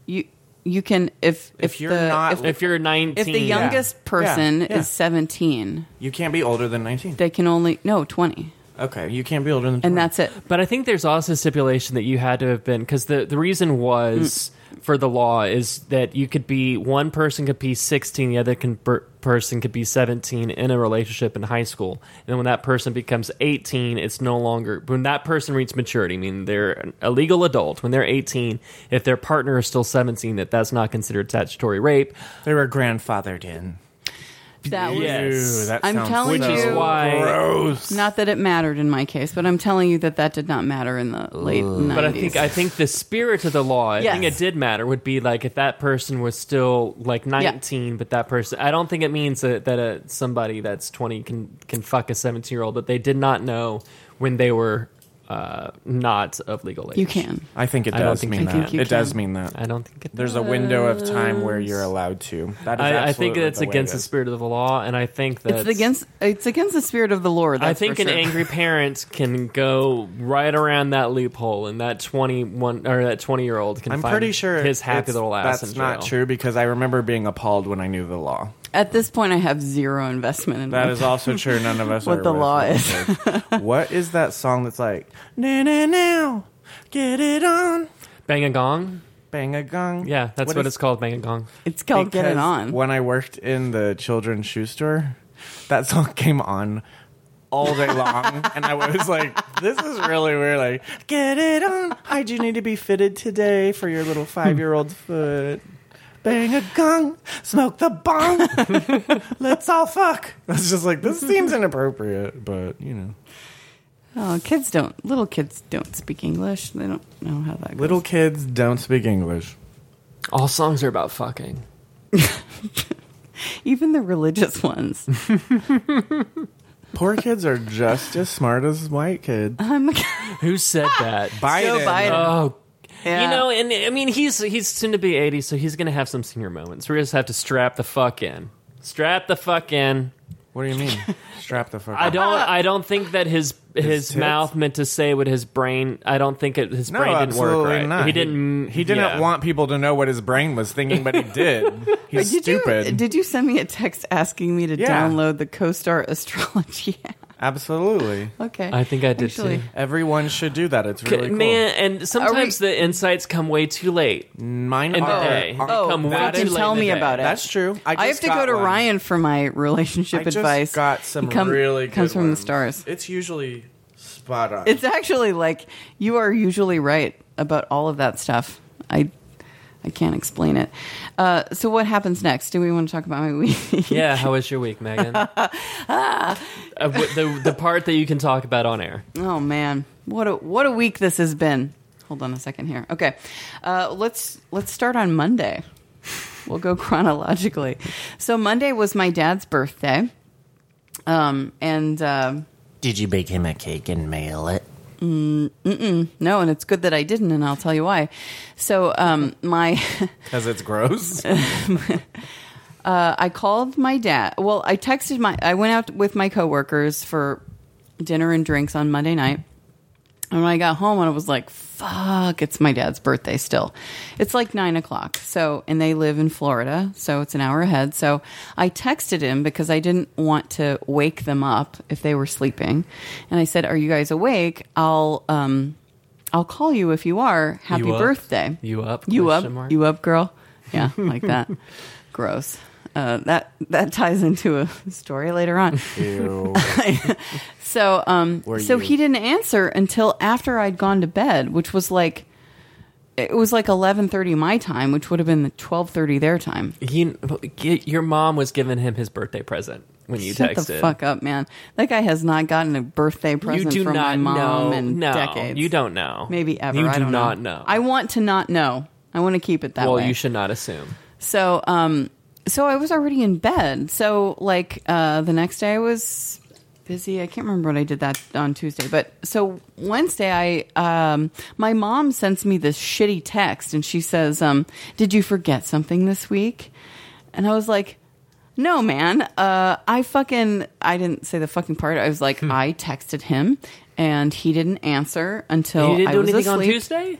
you you can if if, you're the, not- if, if you're nineteen, if the youngest person Yeah. is 17, You can't be older than 19. they can only no 20, Okay. You can't be older than 20. and that's it. But I think there's also stipulation that you had to have been because the the reason was for the law is that you could be one person could be 16, the other can, per, person could be 17 in a relationship in high school, and then when that person becomes 18, it's no longer when that person reaches maturity. I mean, they're an- a legal adult when they're 18. If their partner is still 17, that that's not considered statutory rape. They were grandfathered in. That was Yeah. Yes. that I'm sounds telling so you- Which is why- Gross. not that it mattered in my case, but I'm telling you that that did not matter in the late 90s. But I think I think the spirit of the law, I think Yes. it did matter. Would be like if that person was still like nineteen, but that person. I don't think it means that, that uh somebody that's twenty can can fuck a seventeen year old that they did not know when they were uh, not of legal age. you can. I think it I don't does think mean you can. that. You It does can. mean that. I don't think it. There's a window of time where you're allowed to. That is I, I think absolutely that's the way against it the is. spirit of the law, and I think that It's against it's against the spirit of the Lord. I that's think for an sure. angry parent can go right around that loophole, and that twenty one or that twenty year old can. I'm find pretty sure his happy it's- little ass. That's in not jail. true because I remember being appalled when I knew the law. At this point, I have zero investment in That what- is also true. None of us What are the with law it. is. what is that song that's like? Na na now, get it on, Bang a gong. bang a gong. Yeah, that's what, is- it's called, Bang and Gong. It's called Get It because On. When I worked in the children's shoe store, that song came on all day long, and I was like, "This is really weird." Like, get it on. I do need to be fitted today for your little five-year-old foot. Bang a gong, smoke the bong. Let's all fuck. That's just like this seems inappropriate, but you know, Oh, kids don't. Little kids don't speak English. They don't know how that goes. little kids don't speak English. All songs are about fucking. Even the religious ones. Poor kids are just as smart as white kids. I'm Who said Ah! that? Joe Biden. Oh, Yeah. you know, and I mean, he's he's soon to be eighty, so he's gonna have some senior moments. We just have to strap the fuck in. Strap the fuck in. What do you mean? Strap the fuck. I up. don't. I don't think that his his, Ah! tits? mouth meant to say what his brain. I don't think it, his No, brain didn't work absolutely right. not. He didn't. He didn't yeah. want people to know what his brain was thinking, but he did. He's did stupid. you did you send me a text asking me to Yeah. download the CoStar astrology app? absolutely. Okay, I think I did Actually, too. Everyone should do that. It's really cool. Man, and sometimes the insights come way too late. Mine in the are. day. are- Oh, Come way that too fucking is- late tell in the me day. about it. That's true. I, I have just to go got to one. Ryan for my relationship I just advice. got some It come- really good comes from the ones. stars. It's usually spot on. It's actually like you are usually right about all of that stuff. I I can't explain it. Uh, so what happens next? Do we want to talk about my week? Yeah, how was your week, Megan? uh, w- the the part that you can talk about on air. Oh man, what a what a week this has been. Hold on a second here. Okay, uh, let's let's start on Monday. We'll go chronologically. So Monday was my dad's birthday, um, and um Did you bake him a cake and mail it? no, and it's good that I didn't, and I'll tell you why. So um, my because it's gross. I called my dad. Well, I texted my. I went out with my coworkers for dinner and drinks on Monday night. And when I got home, I was like, "Fuck, it's my dad's birthday still." It's like nine o'clock. So, and they live in Florida, so it's an hour ahead. So, I texted him because I didn't want to wake them up if they were sleeping, and I said, "Are you guys awake? I'll um, I'll call you if you are. Happy You up? birthday. You up? You Question up? mark. You up, girl? Yeah, like that. Gross. Uh, that that ties into a story later on. Ew. So um Were so you- he didn't answer until after I'd gone to bed, which was like it was like 11:30 my time, which would have been 12:30 their time. You, your mom was giving him his birthday present when you Shut texted. the fuck up, man. That guy has not gotten a birthday you present do from not my mom know. in no, decades. you don't know. Maybe ever. You I do don't not know. know. I want to not know. I want to keep it that well, way. you should not assume. So, um, so I was already in bed. So, like, uh, the next day I was busy. I can't remember what I did that on Tuesday, but so Wednesday, I, um, my mom sends me this shitty text and she says, um, Did you forget something this week? And I was like, no, man. Uh, I fucking I didn't say the fucking part. I was like, Hmm. I texted him, and he didn't answer until you didn't Oh, I do was anything on asleep. Tuesday.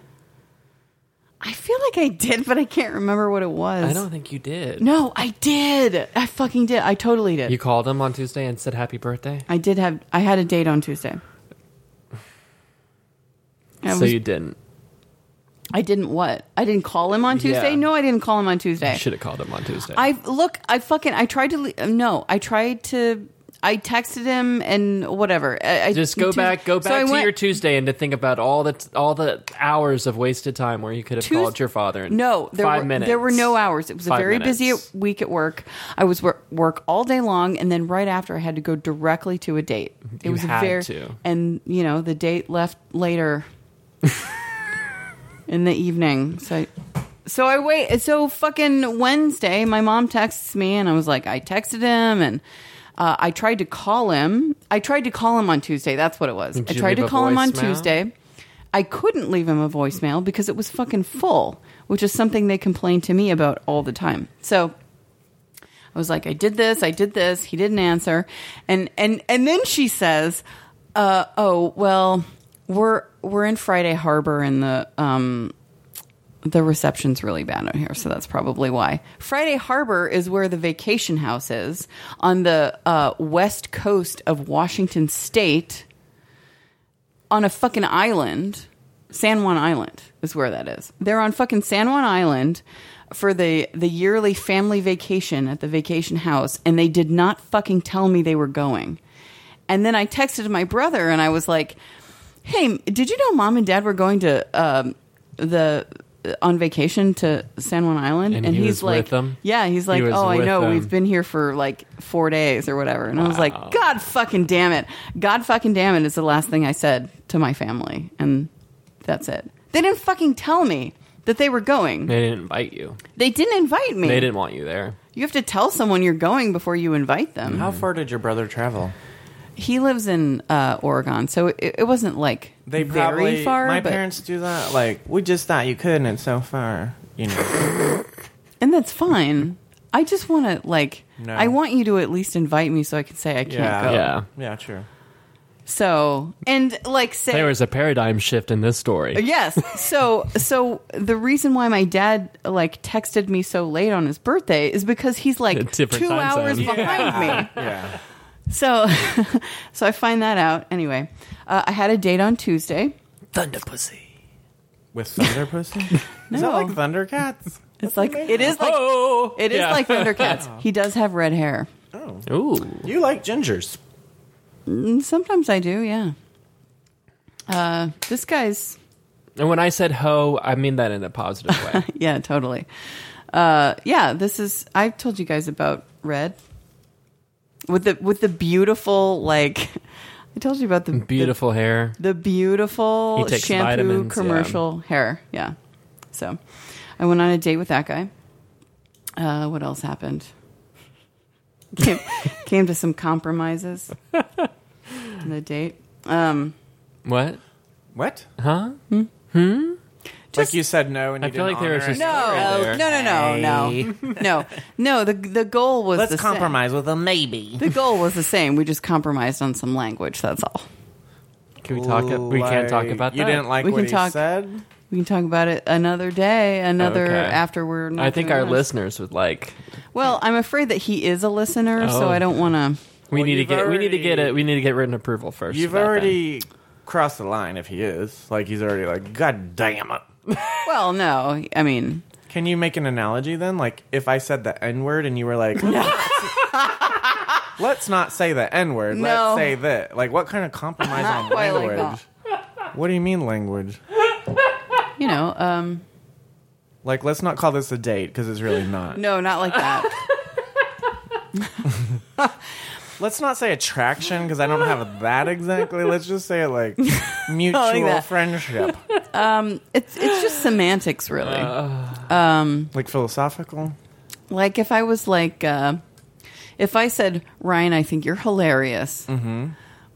I feel like I did, but I can't remember what it was. I don't think you did. No, I did. I fucking did. I totally did. You called him on Tuesday and said happy birthday. I did have. I had a date on Tuesday. I, so was- you didn't. I didn't what? I didn't call him on Tuesday. Yeah. No, I didn't call him on Tuesday. You should have called him on Tuesday. I look. I fucking. I tried to. le- No, I tried to. I texted him and whatever. I, I- just go Tues- back, go So back I to went- your Tuesday and to think about all the all the hours of wasted time where you could have Tues- called your father. In No, there five were, minutes. There were no hours. It was a Five very busy minutes. week at work. I was wor- work all day long, and then right after, I had to go directly to a date. It You was had a very to. and you know the date left later in the evening. So, I, so I wait. So fucking Wednesday, my mom texts me, and I was like, I texted him, and uh, I tried to call him. I tried to call him on Tuesday. That's what it was. Did I you tried leave to a call him on voicemail? Tuesday. I couldn't leave him a voicemail because it was fucking full, which is something they complain to me about all the time. So I was like, I did this, I did this. He didn't answer, and and and then she says, uh, "Oh well, we're we're in Friday Harbor, and the um, the reception's really bad out here, so that's probably why." Friday Harbor is where the vacation house is on the uh, west coast of Washington State, on a fucking island. San Juan Island is where that is. They're on fucking San Juan Island for the the yearly family vacation at the vacation house and they did not fucking tell me they were going. And then I texted my brother and I was like, "Hey, did you know mom and dad were going to um, the on vacation to San Juan Island?" And he was with like, them? "Yeah." He's like, was "Oh, I with know. them. We've been here for like four days or whatever." And I was like, Wow. "God fucking damn it! God fucking damn it!" Is the last thing I said to my family, and that's it. They didn't fucking tell me that they were going. They didn't invite you. They didn't invite me. They didn't want you there. You have to tell someone you're going before you invite them. How far did your brother travel? He lives in uh, Oregon, so it, it wasn't like They very probably. far. my but, parents do that. Like we just thought you couldn't. It's so far. You know. and that's fine. I just want to like. No. I want you to at least invite me so I can say I can't Yeah. go. Yeah. Yeah, true. So and like say There was a paradigm shift in this story. Yes. So so the reason why my dad like texted me so late on his birthday is because he's A like two different time hours zone. behind me. Yeah. So so I find that out anyway. Uh, I had a date on Tuesday. Thunder pussy. With Thunder Pussy? Is that like Thundercats? It's like it is like Oh, it is Yeah. like Thundercats. He does have red hair. Ooh, You like gingers. And sometimes I do, yeah. Uh, this guy's and when I said ho, I mean that in a positive way. yeah, totally. Uh, yeah, this is. I told you guys about red with the with the beautiful like. I told you about the Beautiful hair. the, the He beautiful takes shampoo vitamins, yeah. commercial hair. Yeah, so I went on a date with that guy. Uh, what else happened? Came, came to some compromises on the date. Um, What? What? Huh? like you said no and you I feel didn't like there was honor just- it. no, no, no, no, no, no, no. The the goal was Let's the same. compromise with a maybe. The goal was the same. We just compromised on some language. That's all. Can we talk? we can't talk Like, about You that. didn't like We what can he talk. said? We can talk about it another day, another Okay. after we're. Not I think doing our this. listeners would like. Well, I'm afraid that he is a listener, so Oh. I don't We want Well, need to you've get. we need to get already- it. We need to get written approval first. You've about that. already crossed the line if he is. Like he's already like, God damn it. to. Well, no, I mean, Can you make an analogy then? Like if I said the N word and you were like Let's not say the N word. No. Let's say that. Like what kind of compromise on quite like language? what do you mean language? you know, um, Like let's not call this a date because it's really not. no, not like that. Let's not say attraction because I don't have that exactly. Let's just say it like Oh, mutual that. friendship, It's it's just semantics, really. Uh. like philosophical. Like if I was like, uh, if I said, Ryan, I think you're hilarious. Mm-hmm.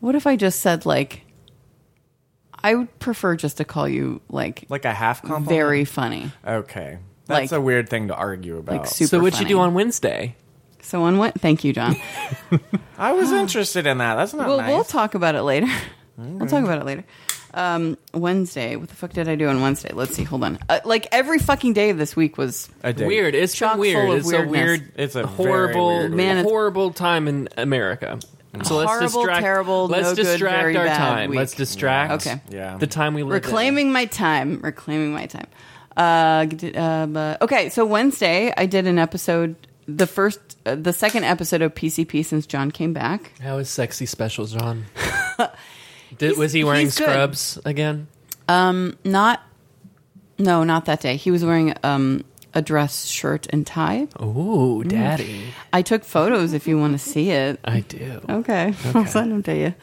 What if I just said like, I would prefer just to call you like Like a half compliment. very funny. okay. That's like- a weird thing to argue about. Like super Oh. So what you funny. do on Wednesday? So on what? Thank you, John. I was interested in that. That's not well, nice. we'll talk about it later. We'll talk about it later. Um, Wednesday. What the fuck did I do on Wednesday? Let's see. Hold on. Uh, like every fucking day of this week was a date. Weird. It's been Chock full weird. of It's a weirdness. weird. It's a very horrible, weird Man, it's- horrible time in America. So let's Horrible, distract. terrible, let's no good, distract very our bad time. week. Let's distract. Okay. Yeah. The time we live in. reclaiming my time. Reclaiming my time. Uh, did- um, uh, okay, so Wednesday I did an episode, the first, uh, the second episode of PCP since John came back. How is sexy special, John? Did, was he wearing he's good. scrubs again? Not, no, not that day. He was wearing um, a dress shirt and tie. Oh. Ooh, Mm. daddy. I took photos if you want to see it. I do. Okay, I'll send them to you.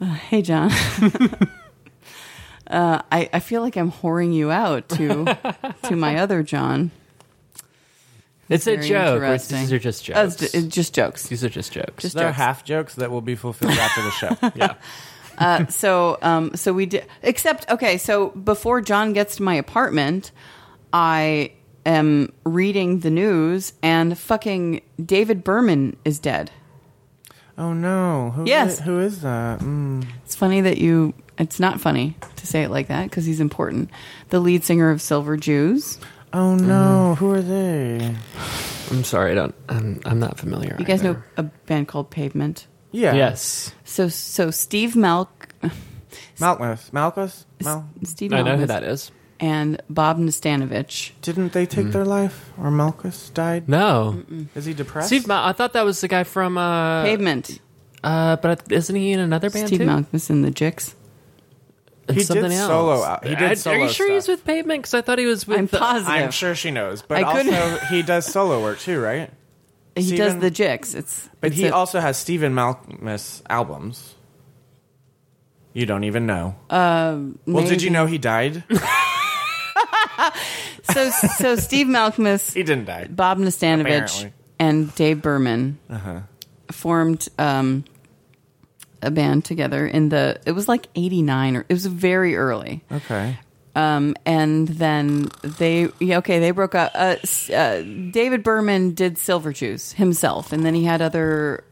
Uh, hey, John. uh, I, I feel like I'm whoring you out to to my other John. It's a Very joke. We're- interesting. These are just Uh, it's jokes. ju- it's just jokes. These are just jokes. Just There are jokes. half jokes that will be fulfilled after the show. yeah. So, um, so we did. Except, okay. So before John gets to my apartment, I am reading the news, and fucking David Berman is dead. Oh no! Who Yes. Who is that? Mm. It's funny that you. It's not funny to say it like that because he's important. The lead singer of Silver Jews. Oh Mm-hmm. no! Who are they? I'm sorry. I don't. I'm, I'm not familiar. You guys know a band called Pavement. Yeah. Yes. So so Steve Malk, Malchus. Malchus. Mal. Steve I Malk know who that is. and Bob Nastanovich. Didn't they take their life? Or Malchus died? Mm. No. Is he depressed? Steve Ma- I thought that was the guy from. Uh, Pavement. Uh, but isn't he in another band Steve too? Malk was in the Jicks. And He did something else. solo out- he did Are- Are solo you sure he's stuff. with Pavement? Because I thought he was with. I'm the- positive. I'm sure she knows, but I couldn't- also he does solo work too, right? He does Steven- the Jicks. It's But it's he a- also has Stephen Malcolmus albums. You don't even know. well, did Um, maybe. you know he died? so so Steve Malkmus, he didn't die. Bob Nastanovich, Apparently. and Dave Berman Uh-huh. formed um, a band together in the. It was like '89 or it was very early. Okay. Um, and then they, yeah, okay, they broke up. Uh, s- uh, David Berman did Silver Juice himself, and then he had other.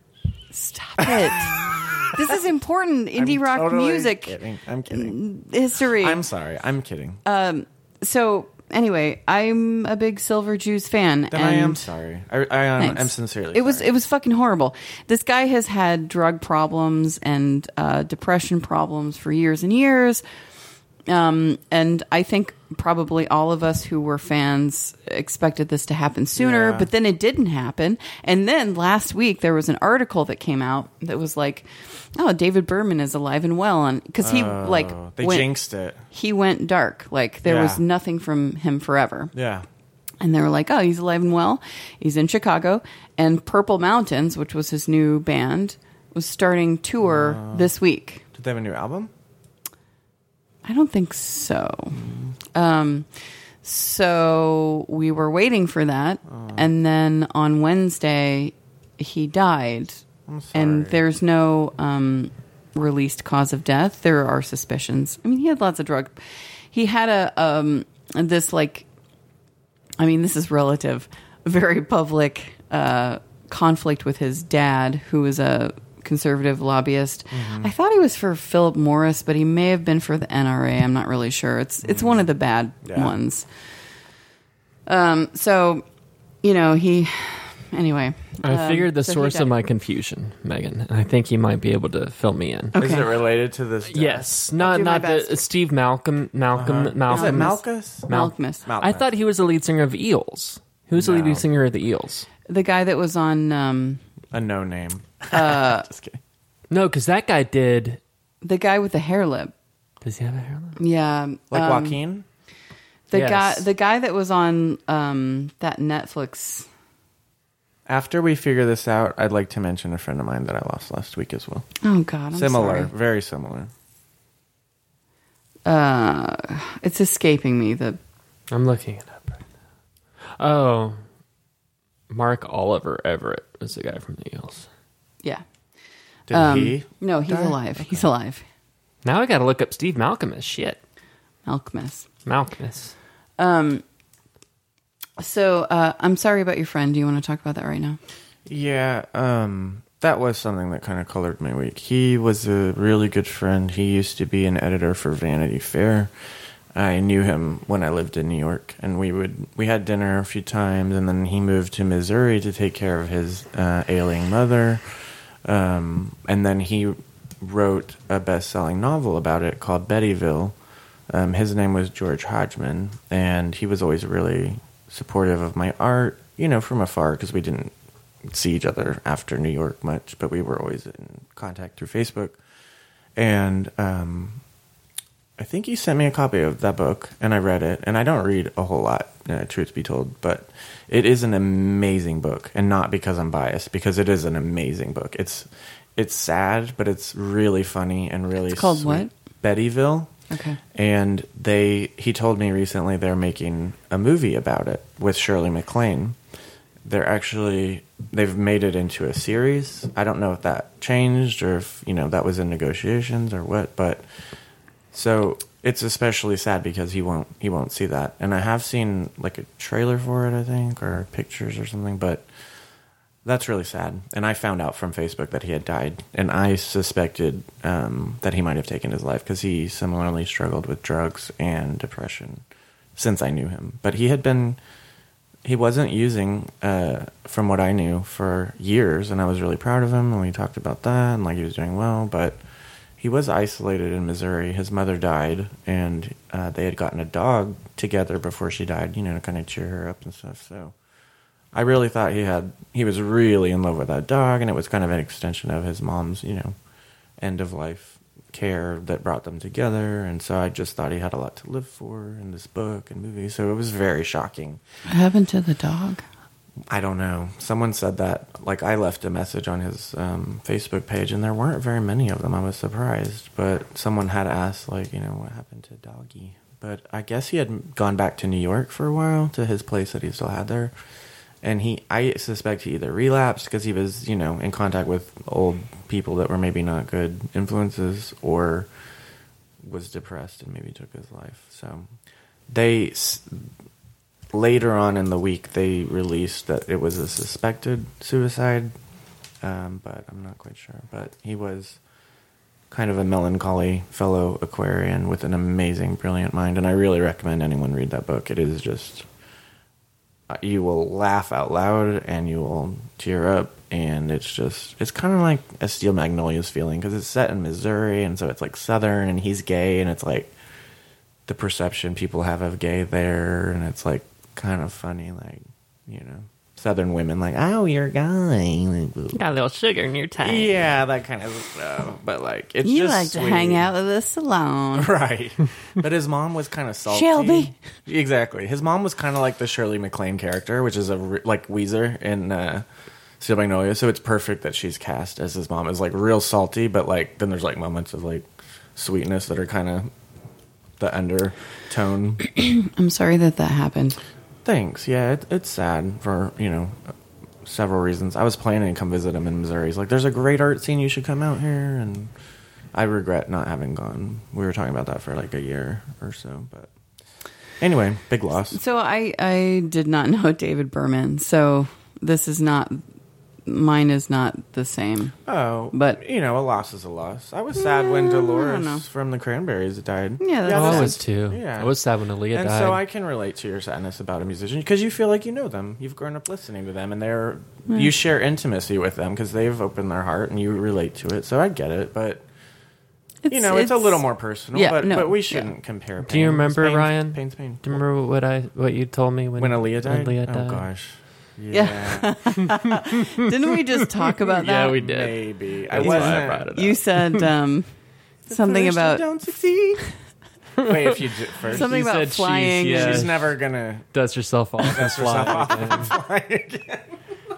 Stop it. this is important indie I'm rock totally music Mm, kidding. I'm kidding. history. I'm sorry. I'm kidding. Uh, so anyway, I'm a big Silver Juice fan. then and I am sorry. I, I am Thanks. I'm sincerely. It was sorry. it was fucking horrible. This guy has had drug problems and uh, depression problems for years and years. Um, and I think probably all of us who were fans expected this to happen sooner, Yeah. but then it didn't happen. And then last week there was an article that came out that was like, "Oh, David Berman is alive and well," and because he like Oh, they went- jinxed it. He went dark. Like there was Yeah. nothing from him forever. Yeah. And they were like, oh, he's alive and well. He's in Chicago. And Purple Mountains, which was his new band, was starting tour this week. Did they have a new album? I don't think so. Um, so we were waiting for that. And then on Wednesday, he died. And sorry. there's no um, released cause of death. There are suspicions. I mean, he had lots of drug. He had a um, this like I mean, this is relative. Very public uh, conflict with his dad, who is a conservative lobbyist. Mm-hmm. I thought he was for Philip Morris, but he may have been for the NRA. I'm not really sure. It's it's one of the bad Mm-hmm. Yeah. ones. Um. So, you know, he. Anyway, I figured the Um, so he source died. of my confusion, Megan, and I think you might be able to fill me in. Is Okay. it related to this? death? Yes, I'll not do my not the, best. Steve Malcolm Uh-huh. Is Malcolm it Um, Malcolm. Malchus? Mal- Malkmus, Mal- I thought he was the lead singer of Eels. Who's the No. lead singer of the Eels? the guy that was on um, a no name. uh, Just kidding. No, because that guy did. the guy with the hair lip. Does he have a hairline? Yeah, Like um, Joaquin. The Yes. guy, the guy that was on um, that Netflix. After we figure this out, I'd like to mention a friend of mine that I lost last week as well. Oh God, I'm similar, sorry. very similar. uh, it's escaping me. The I'm looking it up. Right now. Oh, Mark Oliver Everett was the guy from the Eels. yeah, Did Um, he? no, he's die? alive. He's alive. Now I got to look up Steve Malcolm as shit. Malcolmus. Malcolmus. So uh, I'm sorry about your friend. Do you want to talk about that right now? Yeah, um, that was something that kind of colored my week. He was a really good friend. He used to be an editor for Vanity Fair. I knew him when I lived in New York, and we would we had dinner a few times, and then he moved to Missouri to take care of his uh, ailing mother. Um, and then he wrote a best-selling novel about it called Bettyville. Um, his name was George Hodgman, and he was always really supportive of my art, you know, from afar because we didn't see each other after New York much, but we were always in contact through Facebook. And um, I think he sent me a copy of that book, and I read it. And I don't read a whole lot, uh, truth be told, but it is an amazing book, and not because I'm biased, because it is an amazing book. It's it's sad, but it's really funny and really It's called sweet. Bettyville. Okay. And they he told me recently they're making a movie about it with Shirley MacLaine. They're actually they've made it into a series. I don't know if that changed or if, you know, that was in negotiations or what, but so it's especially sad because he won't he won't see that. And I have seen like a trailer for it, I think, or pictures or something, but that's really sad. And I found out from Facebook that he had died, and I suspected um, that he might have taken his life because he similarly struggled with drugs and depression since I knew him. But he had been he wasn't using uh, from what I knew for years, and I was really proud of him. And we talked about that, and like he was doing well, but he was isolated in Missouri. His mother died, and uh, they had gotten a dog together before she died, you know, to kind of cheer her up and stuff. So I really thought he had he was really in love with that dog, and it was kind of an extension of his mom's, you know, end of life care that brought them together. And so I just thought he had a lot to live for in this book and movie. So it was very shocking. What happened to the dog? I don't know. Someone said that. Like I left a message on his um, Facebook page, and there weren't very many of them. I was surprised, but someone had asked, like, you know, what happened to Doggy? But I guess he had gone back to New York for a while to his place that he still had there, and he, I suspect, he either relapsed because he was, you know, in contact with old people that were maybe not good influences, or was depressed and maybe took his life. So they s- later on in the week they released that it was a suspected suicide, um, but I'm not quite sure. But he was kind of a melancholy fellow Aquarian with an amazing, brilliant mind, and I really recommend anyone read that book. It is just uh, you will laugh out loud and you will tear up and it's just it's kind of like a steel magnolias feeling because it's set in missouri and so it's like southern and he's gay and it's like the perception people have of gay there and it's like kind of funny like you know southern women like oh you're gay Got a little sugar in your tongue. yeah that kind of stuff but like it's You just like to sweet. hang out with us alone. Right. But his mom was kind of salty. Shelby. Exactly. His mom was kind of like the Shirley MacLaine character, which is a re- like Weezer in uh, Steel Magnolia. So it's perfect that she's cast as his mom is like real salty, but like then there's like moments of like sweetness that are kind of the undertone. I'm sorry that that happened. Thanks. Yeah, it, it's sad for you know several reasons. I was planning to come visit him in Missouri. He's like, "There's a great art scene. You should come out here." And I regret not having gone. We were talking about that for like a year or so, but anyway, big loss. So I I did not know David Berman. So this is not mine is not the same. Oh, But- Mm, you know, a loss is a loss. I was sad when know. Dolores from the Cranberries died. Yeah, that's Oh, that's- I was too. Yeah. I was sad when Aaliyah and died. so I can relate to your sadness about a musician because you feel like you know them. You've grown up listening to them, and they're you share intimacy with them because they've opened their heart and you relate to it. So I get it, but you know it's, a little more personal. yeah, but, no, but we yeah. shouldn't compare. Pain. Do you remember, Pain's- Ryan? Pain's pain. Do you remember what I what you told me when when Aaliyah died? Aaliyah oh died? gosh. Yeah. Didn't we just talk about that? Yeah, we did. maybe I That's why I wasn't. brought it up. You said um, something First you about don't succeed. Wait, if you do, first, something You about said she's- flying. yeah. and- she's never gonna. Dust yourself off. Dust herself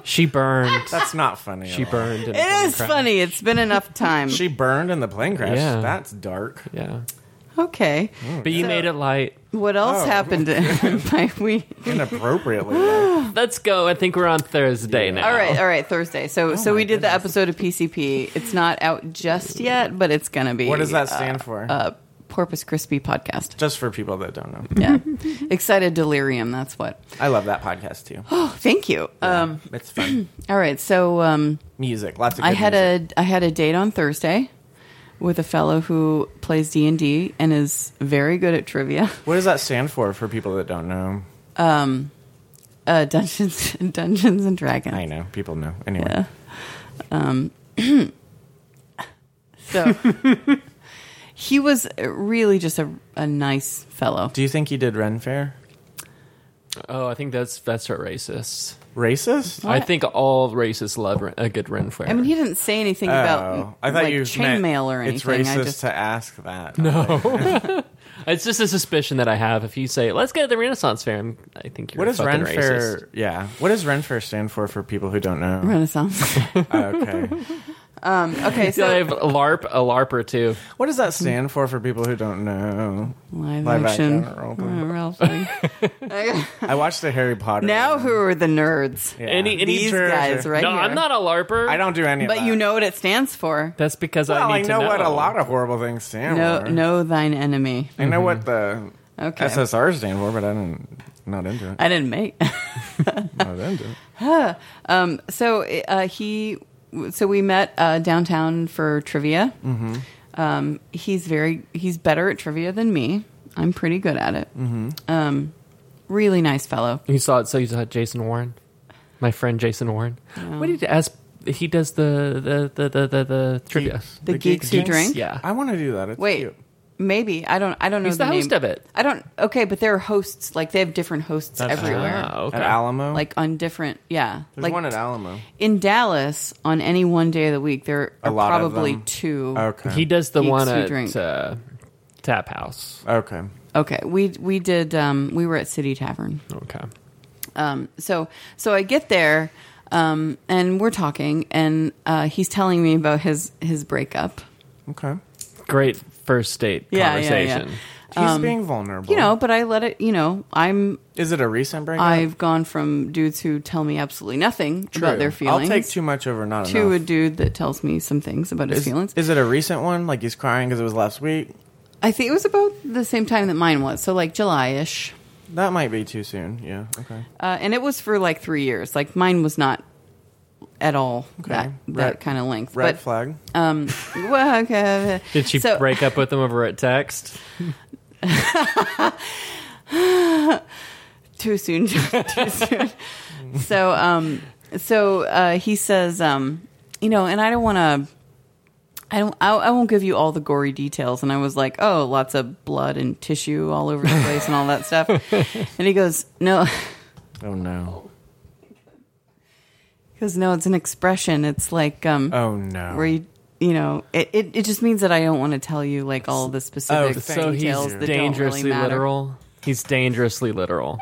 She burned. That's not funny. at she all. burned. in a It plane is crash. funny. It's been enough time. She burned in the plane crash. Yeah. That's dark. Yeah, okay. but you made it light. What else Mm. Oh. happened in my week? Inappropriately. though. Let's go. I think we're on Thursday now. All right, all right, Thursday. So, Oh so we did the episode of PCP. It's not out just yet, but it's gonna be. What does that uh, stand for? Uh, Porpoise Crispy podcast. Just for people that don't know. Yeah, excited delirium. That's what. I love that podcast too. Oh, thank you. Um, It's fun. all right, so um, Music. Lots of good I had music. a I had a date on Thursday with a fellow who plays D and D and is very good at trivia. What does that stand for for people that don't know? Uh, Dungeons Dungeons and Dragons. I know. People know. Anyway. Yeah. So he was really just a, a nice fellow. Do you think he did Ren Fair? Oh, I think that's that's our racist. Racist? I think all racists love ren- a good Renfair. I mean, he didn't say anything about Oh, I thought like, you meant chainmail or anything. It's racist I just, to ask that. No. it's just a suspicion that I have. If you say, "Let's go to the Renaissance Fair," I'm, I think you're What a does fucking Ren racist. Fair? Yeah. What does Ren Fair stand for for people who don't know? Oh, Renaissance. okay. Okay, So I so have a LARP, a LARP or two. What does that stand for for people who don't know? live, Live action. action role play. Uh, role play. Okay. I watched the Harry Potter. now one. who are the nerds? Yeah. Any, any These Sure, guys sure. right no, here. I'm not a LARPer. I don't do any of But that. you know what it stands for. That's because Well, I I need know, to know what a lot of horrible things stand Know, for. know thine enemy. I know what the Okay. SSR stand for, but I didn't. Not into it. I didn't make. Not into it. so uh, he, so we met uh, downtown for trivia. Mm-hmm. Um, he's very, he's better at trivia than me. I'm pretty good at it. Mm-hmm. Um, really nice fellow. You saw it. So you saw Jason Warren, my friend Jason Warren. What did you ask? He does the the the the the, the trivia. The, geeks, who drink. Yeah. I want to do that. It's Wait, cute. maybe I don't. I don't know. He's the name. host of it. I don't. Okay, but there are hosts. Like they have different hosts everywhere. Ah, okay. At Alamo, Like on different. Yeah. Oh, there's like one at Alamo. in Dallas on any one day of the week, there A are lot of probably them. two. Okay. He does the Geeks one Who at Drink. Uh, Tap House. okay. Okay, we we did. Um, we were at City Tavern. Okay. Um, so so I get there, um, and we're talking, and uh, he's telling me about his his breakup. Okay. Great first date Yeah, yeah, yeah. conversation. He's being vulnerable. You know, but I let it. You know, I'm is it a recent breakup? I've gone from dudes who tell me absolutely nothing about their True. I'll feelings take too much over not to a enough. dude that tells me some things about his is, feelings. is it a recent one? Like he's crying because it was last week. I think it was about the same time that mine was, so like July ish. That might be too soon. Yeah. Okay. Uh, and it was for like three years. Like mine was not at all that that Red- kind of length. Red but flag. um, well, okay. Did she So- break up with him over a text? too soon. too soon. so, um, so uh, he says, um, you know, and I don't want to. I don't. I, I won't give you all the gory details. And I was like, oh, lots of blood and tissue all over the place and all that stuff. and he goes, no, Oh no. he goes, no. It's an expression. It's like, um, Oh no. where you, you know, it, it, it just means that I don't want to tell you like all the specific thank Oh, So he's details that don't dangerously really matter. literal. He's dangerously literal.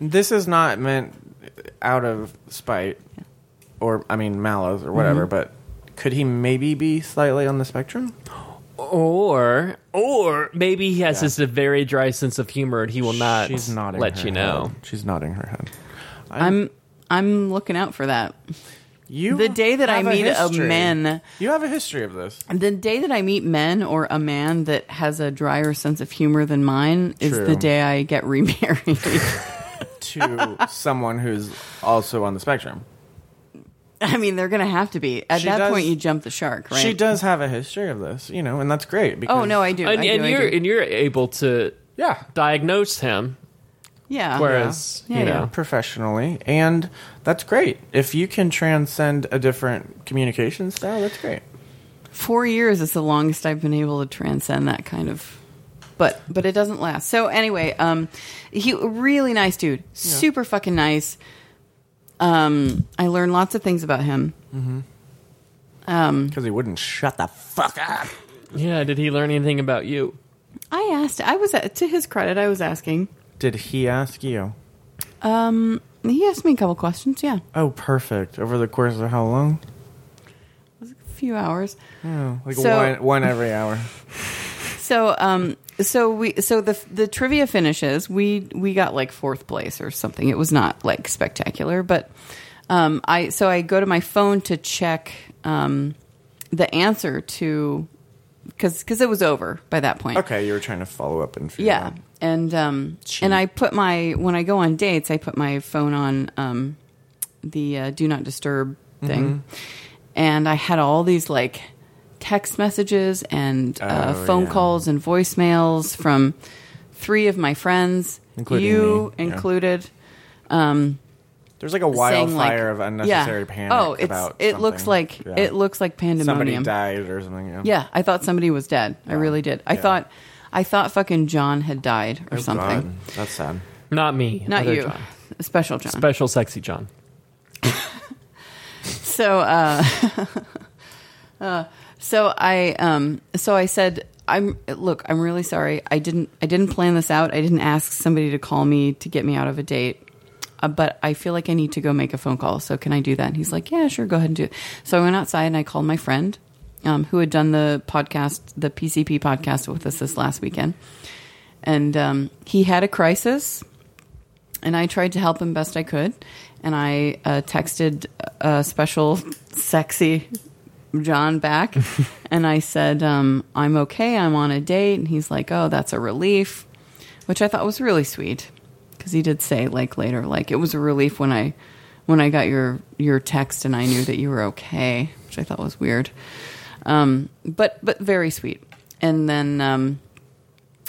This is not meant out of spite, or I mean malice or whatever. Mm-hmm. But could he maybe be slightly on the spectrum? Or or maybe he has just a very dry sense of humor and he will not, She's nodding. let her you know. head. She's nodding her head. I'm I'm looking out for that. You. The day that I have meet a history. man- You have a history of this. The day that I meet men or a man that has a drier sense of humor than mine is True. the day I get remarried. to someone who's also on the spectrum. I mean, they're going to have to be. At She that does- point, you jump the shark, right? She does have a history of this, you know, and that's great. Because, Oh no, I do. And, I do, and I you're do. and you're able to yeah, diagnose him. yeah. Whereas Uh-huh. Yeah. you Yeah, know yeah. professionally, and that's great. If you can transcend a different communication style, that's great. four years is the longest I've been able to transcend that kind of but but it doesn't last. So anyway, um he really nice dude. Super fucking nice. Um I learned lots of things about him. Because he wouldn't shut the fuck up. Yeah, did he learn anything about you? I asked I was to his credit, I was asking. Did he ask you? He asked me a couple questions, yeah. Oh, perfect. Over the course of how long? A few hours. Like So- one, one every hour. So um so we so the the trivia finishes we we got like fourth place or something. It was not like spectacular, but um I so I go to my phone to check um the answer to cuz cuz it was over by that point. Okay, you were trying to follow up and figure Yeah. out. And um and I put my when I go on dates, I put my phone on um the uh, do not disturb thing. Mm-hmm. And I had all these like text messages and uh, Oh, phone yeah. calls and voicemails from three of my friends, Including you me, yeah. included. There's like a saying, like- wildfire of unnecessary yeah. panic. Oh, it's about it looks something. like Yeah. it looks like somebody pandemonium. died or something. Yeah. Yeah, I thought somebody was dead. I really did. I Yeah. thought I thought fucking John had died or Oh, something. God. That's sad. Not me. Not other you. John. Special John. Special sexy John. so uh, uh, so i um so i said i'm look i'm really sorry i didn't i didn't plan this out i didn't ask somebody to call me to get me out of a date uh, but i feel like i need to go make a phone call so can i do that and he's like yeah sure go ahead and do it so i went outside and i called my friend um, who had done the podcast the pcp podcast with us this last weekend and um, he had a crisis and I tried to help him best I could. And I uh, texted a special, sexy John back, and I said, um, "I'm okay. I'm on a date." And he's like, "Oh, that's a relief," which I thought was really sweet because he did say like later, like it was a relief when I when I got your your text and I knew that you were okay, which I thought was weird, um, but but very sweet. And then. Um,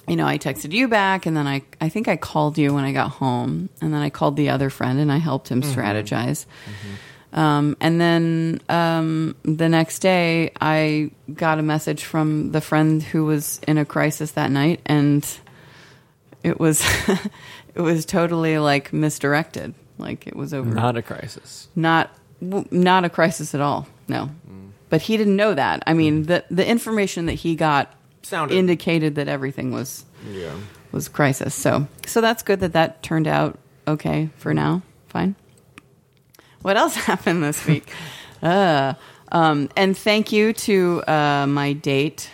you know, I texted you back and then I I think I called you when I got home and then I called the other friend and I helped him strategize. Um, and then um, the next day I got a message from the friend who was in a crisis that night and it was it was totally like misdirected. Like it was over Not a crisis. not w- not a crisis at all. No. But he didn't know that. I mean, the the information that he got Sounded- indicated that everything was Yeah. was crisis. So so that's good that that turned out okay for now. Fine. What else happened this week? uh, um, and thank you to uh, my date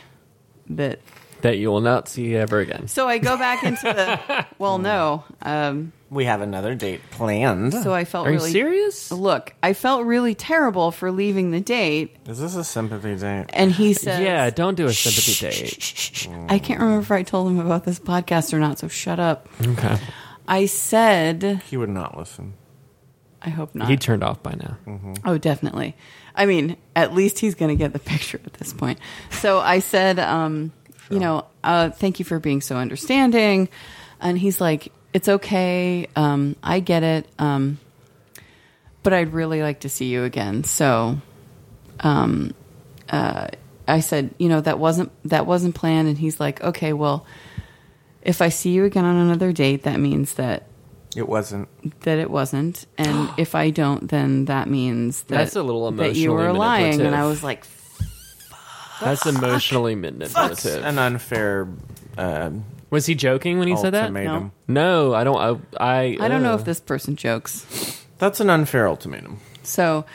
that that you will not see ever again. So I go back into the. Well, no. Um, We have another date planned. so I felt Are you really serious? Look, I felt really terrible for leaving the date, Is this a sympathy date? and he says, Yeah, don't do a sympathy date. I can't remember if I told him about this podcast or not. So shut up." Okay. I said, He would not listen. "I hope not." He turned off by now. Oh, definitely. I mean, at least he's going to get the picture at this point. So I said, um, you know, uh, thank you for being so understanding. And he's like, it's okay. Um, I get it. Um, but I'd really like to see you again. So, um, uh, I said, you know, that wasn't, that wasn't planned. And he's like, okay, well, if I see you again on another date, that means that, It wasn't. that it wasn't, and if I don't, then that means that That's a little that you were emotionally lying. And manipulative. I was like, That's emotionally manipulative. An unfair uh, Was he joking when he said that? ultimatum. No. No, I don't. I I, I don't know uh, if this person jokes. That's an unfair ultimatum. So,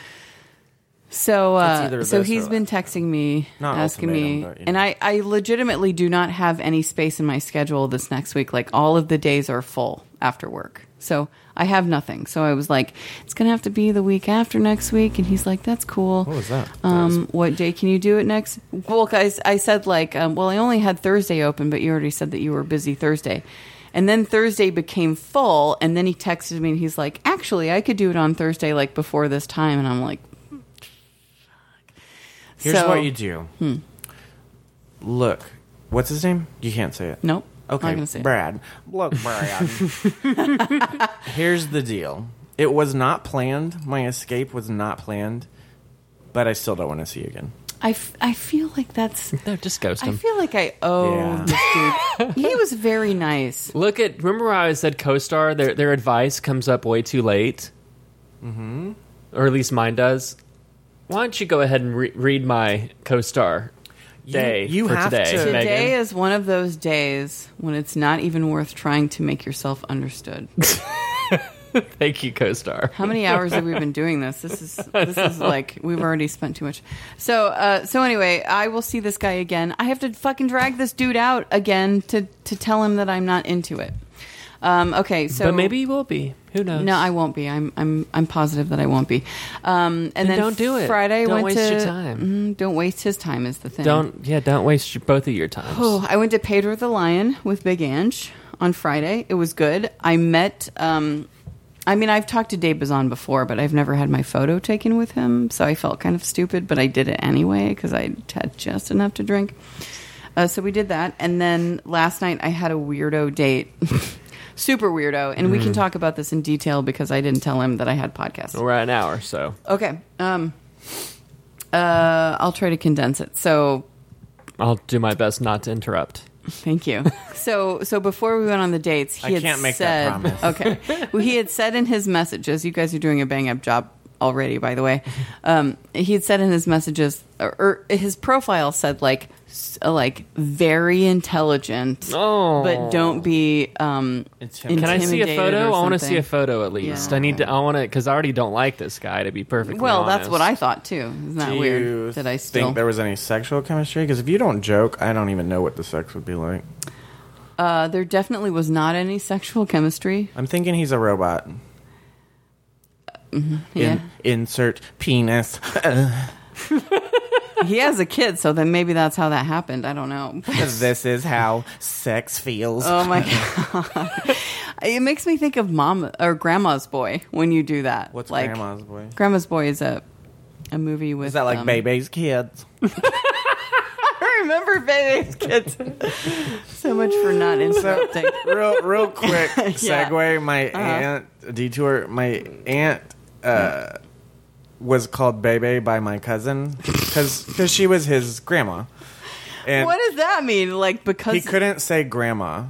so, uh, either so this he's or been texting me, Not asking me, ultimatum, but, you and know. I, I legitimately do not have any space in my schedule this next week. Like all of the days are full after work. So I have nothing. So I was like, it's going to have to be the week after next week. And he's like, that's cool. What was that? Um, what day can you do it next? Well, guys, I said like, um, well, I only had Thursday open, but you already said that you were busy Thursday. And then Thursday became full, and then he texted me and he's like, actually, I could do it on Thursday, like before this time. And I'm like, Here's So- Hmm. what you do. Look, what's his name? You can't say it. nope. Okay, Not gonna say it. Brad. Look, Brad. Here's the deal. It was not planned. My escape was not planned, but I still don't want to see you again. I, f- I feel like that's. No, just ghost I him. feel like I owe Yeah. this dude. he was very nice. Look at. Remember where I said co-star? Their their advice comes up way too late. Mm-hmm. Or at least mine does. Why don't you go ahead and re- read my co-star day you for have today, to- Megan? Today is one of those days when it's not even worth trying to make yourself understood. Thank you, co-star. How many hours have we been doing this? This is this is like we've already spent too much. So uh, so anyway, I will see this guy again. I have to fucking drag this dude out again to to tell him that I'm not into it. Um, okay, so but maybe you will be. Who knows? no, I won't be. I'm I'm I'm positive that I won't be. Um, and then, don't do it. Friday I Don't went waste to your time. Mhm, don't waste his time is the thing. don't. Yeah, don't waste your, both of your times. Oh, I went to Pedro the Lion with Big Ange on Friday. It was good. I met. Um, I mean, I've talked to Dave Bazan before, but I've never had my photo taken with him, so I felt kind of stupid. But I did it anyway because I had just enough to drink. Uh, so we did that, and then last night I had a weirdo date, super weirdo, and we can talk about this in detail because I didn't tell him that I had podcasts. We're at an hour, so Okay, um, uh, I'll try to condense it. So I'll do my best not to interrupt. Thank you. So, so before we went on the dates, he I had can't make said, that promise. Okay, well, he had said in his messages, "You guys are doing a bang up job already." By the way, um, he had said in his messages, or, or his profile said like, s- uh, like very intelligent, Oh. but don't be. Um, Intimidated. Can I see a intimidated photo? I or want to something. see a photo at least. Yeah. I need to. I want to because I already don't like this guy. To be perfectly Well, that's honest. what I thought too. Isn't that Do you weird? That I still think there was any sexual chemistry? Because if you don't joke, I don't even know what the sex would be like. uh, there definitely was not any sexual chemistry. I'm thinking he's a robot. Mm-hmm. Yeah. In, insert penis. he has a kid, so then maybe that's how that happened. I don't know. this is how sex feels. Oh my god! it makes me think of mom or grandma's boy when you do that. What's grandma's boy? Grandma's boy is a a movie with Is that like um, baby's kids? I remember baby's kids. so much for not interrupting. real real quick Yeah. Uh-huh. segue my aunt detour my aunt uh was called Bebe by my cousin because she was his grandma and what does that mean? Like he because couldn't say grandma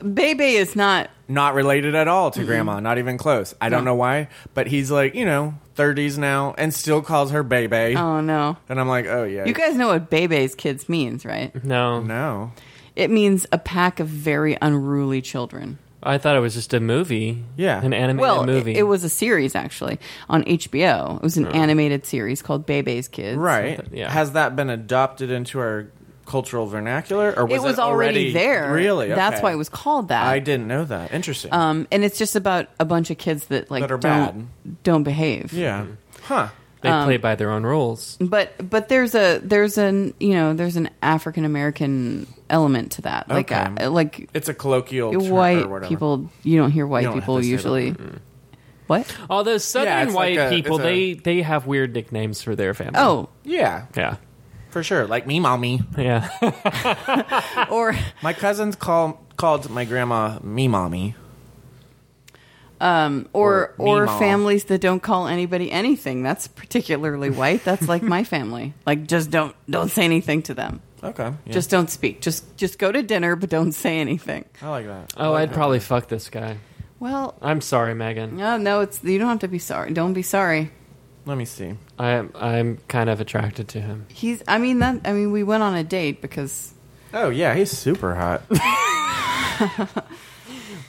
baby is not. not related at all Mm-hmm. to grandma not even close i don't know why but he's like you know 30s now and still calls her Bebe Oh no! and i'm like oh yeah You guys know what baby's kids means, right? Mm-hmm. No, no It means a pack of very unruly children. I thought it was just a movie. Yeah. an animated Well, movie. It, it was a series actually on HBO. It was an animated series called Baby's Kids. Oh. right yeah. has that been adopted into our cultural vernacular, or was it, it was already, there. Really, That's Okay. why it was called that. I didn't know that. Interesting. Um, and it's just about a bunch of kids that like That are don't don't behave. yeah. Huh. They um, play by their own rules. But but there's a there's an you know there's an African American element to that. Like Okay. uh, like It's a colloquial term or white whatever. people you don't hear white don't have people to say that. usually. What? Although southern it's like white a- people, it's a- they they have weird nicknames for their family. Oh, Yeah, yeah, for sure. Like me, mommy. yeah. Oh, or My cousins call called my grandma me, mommy. or Or or Meemaw. families that don't call anybody anything. That's particularly white. That's like my family. Like just don't don't say anything to them. Okay. yeah. Just don't speak. Just just go to dinner, but don't say anything. I like that. Oh, I'd probably fuck this guy. Well, I'm sorry, Megan. no, no, it's you don't have to be sorry. Don't be sorry. Let me see. I'm I'm kind of attracted to him. He's. I mean that. I mean we went on a date because Oh yeah, he's super hot.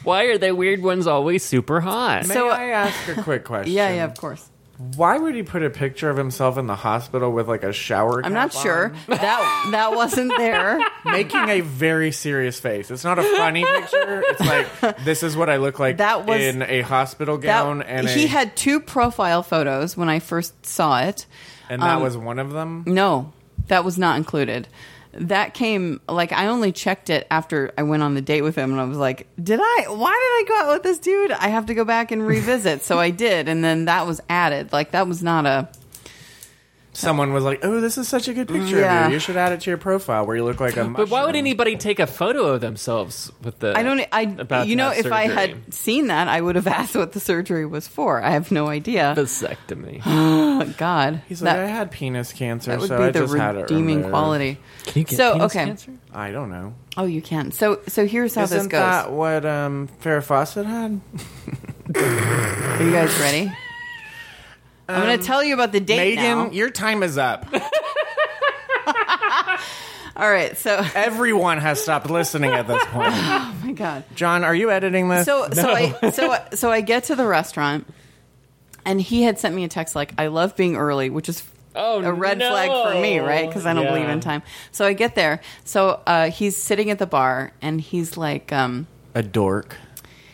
Why are the weird ones always super hot? May So- I ask a quick question? yeah, yeah, of course. Why would he put a picture of himself in the hospital with like a shower? I'm not cap on? sure that that wasn't there. Making a very serious face. It's not a funny picture. It's like this is what I look like That was- in a hospital gown, That and he a- had two profile photos when I first saw it. and um, that was one of them. No, that was not included. That came like I only checked it after I went on the date with him, and I was like, "Did I? Why did I go out with this dude? I have to go back and revisit." so I did, and then that was added. Like that was not a Someone was like, "Oh, this is such a good picture Yeah. of you. You should add it to your profile where you look like a." Mushroom. But why would anybody take a photo of themselves with the? I don't. e, I about you to know, have if I surgery? had seen that, I would have asked what the surgery was for. I have no idea. vasectomy. But God, He's like, that, I had penis cancer, that would so be I the just had it redeeming removed." quality. Can you get So, penis okay. cancer? I don't know. Oh, you can. So, so here's how this Isn't goes. that what um, Farrah Fawcett had? Are you guys ready? I'm going to tell you about the date Um, Megan, now. your time is up. All right. So, oh Everyone has stopped listening at this point. my God. John, are you editing this? So, so I, so, I- so I get to the restaurant, and he had sent me a text like, "I love being early," which is Oh, a red no. flag for me, right? Because I don't Yeah. believe in time. So I get there. So uh, he's sitting at the bar, and he's like, um, a dork.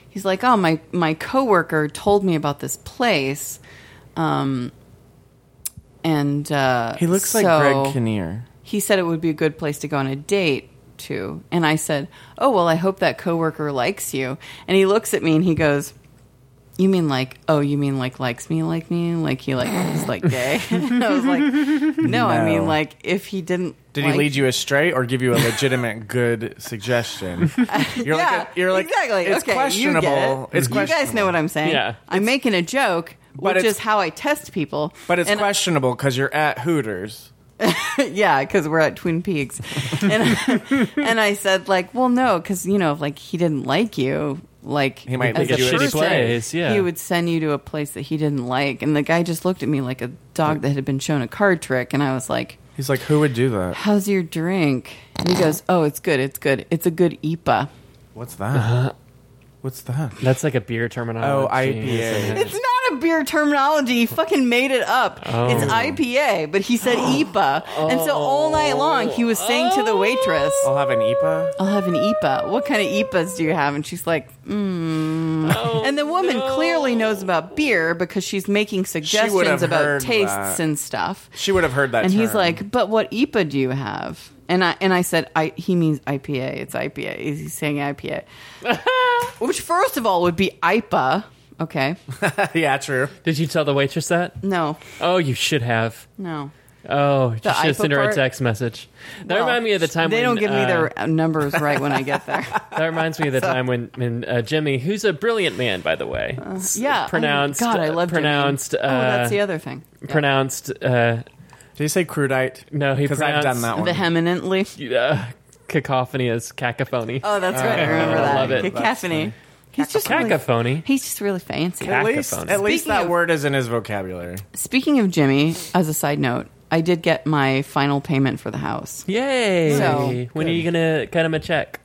he's like, "Oh, my my coworker told me about this place." Um, and uh, He looks like so- Greg Kinnear. he said it would be a good place to go on a date to. And I said, "Oh, well, I hope that coworker likes you." And he looks at me and he goes, "You mean like, oh, you mean like likes me like me, like he like is like gay?" and I was like, no, I mean like if he didn't Did like- he lead you astray or give you a legitimate good suggestion? You're Yeah, like, a, you're like exactly. It's okay, questionable. You get it. It's you questionable. guys know what I'm saying. Yeah. I'm making a joke, which it's- is how I test people. But it's And- questionable because you're at Hooters. yeah, because we're at Twin Peaks, and and I said like, well, no, because you know, if, like he didn't like you, like he might as think a it's a shitty person, place, yeah. he would send you to a place that he didn't like, and the guy just looked at me like a dog that had been shown a card trick, and I was like, He's like, who would do that? how's your drink? And he goes, oh, it's good, it's good, it's a good IPA. What's that? What's that? That's like a beer terminology. Oh, IPA. It's not a beer terminology. He fucking made it up. It's IPA, but he said IPA. And so all night long, he was saying to the waitress, I'll have an E IPA. I'll have an IPA. What kind of IPAs do you have? And she's like, mm. Oh, and the woman clearly knows about beer because she's making suggestions have about heard tastes that. and stuff. She would have heard that. And he's term. like, but what IPA do you have? And I and I said, I, he means IPA. It's IPA. Is he saying IPA? Which first of all would be IPA. Okay. yeah, true. Did you tell the waitress that? No. Oh, you should have. No. Oh, you should IPA have sent her a part? text message. That Well, reminds me of the time they when, don't give me uh, their uh, numbers right when I get there. That reminds me of the time when, when uh, Jimmy, who's a brilliant man, by the way, s- yeah. Oh, pronounced God, I love Jimmy. pronounced uh, oh, that's the other thing. pronounced uh, Did he say crudite? No, he because I've done pronounced- that one. Vehemently. uh, cacophony as cacophony. Oh, that's right. I remember that. love it. Cacophony. He's just Really, cacophony. he's just really fancy. at least, Cacophony. at least Speaking that of- word is in his vocabulary. Speaking of Jimmy, as a side note, I did get my final payment for the house. Yay! So- when are you gonna cut him a check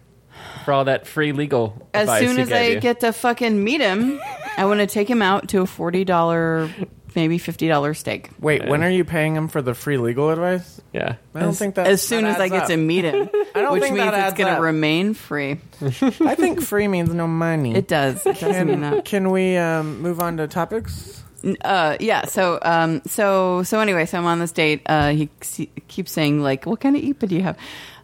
for all that free legal? As advice soon he as gave I you? get to fucking meet him, I want to take him out to a forty dollar maybe fifty dollar steak. Wait, when are you paying him for the free legal advice? Yeah. I don't think that as soon that as I adds get up. to meet him, I don't which think means that it's adds going up. to remain free. I think free means no money. It does. It does mean can, that. can we um, move on to topics? Uh, yeah. So, um, so, so anyway, so I'm on this date. Uh, he se- keeps saying like, "What kind of IPA do you have?"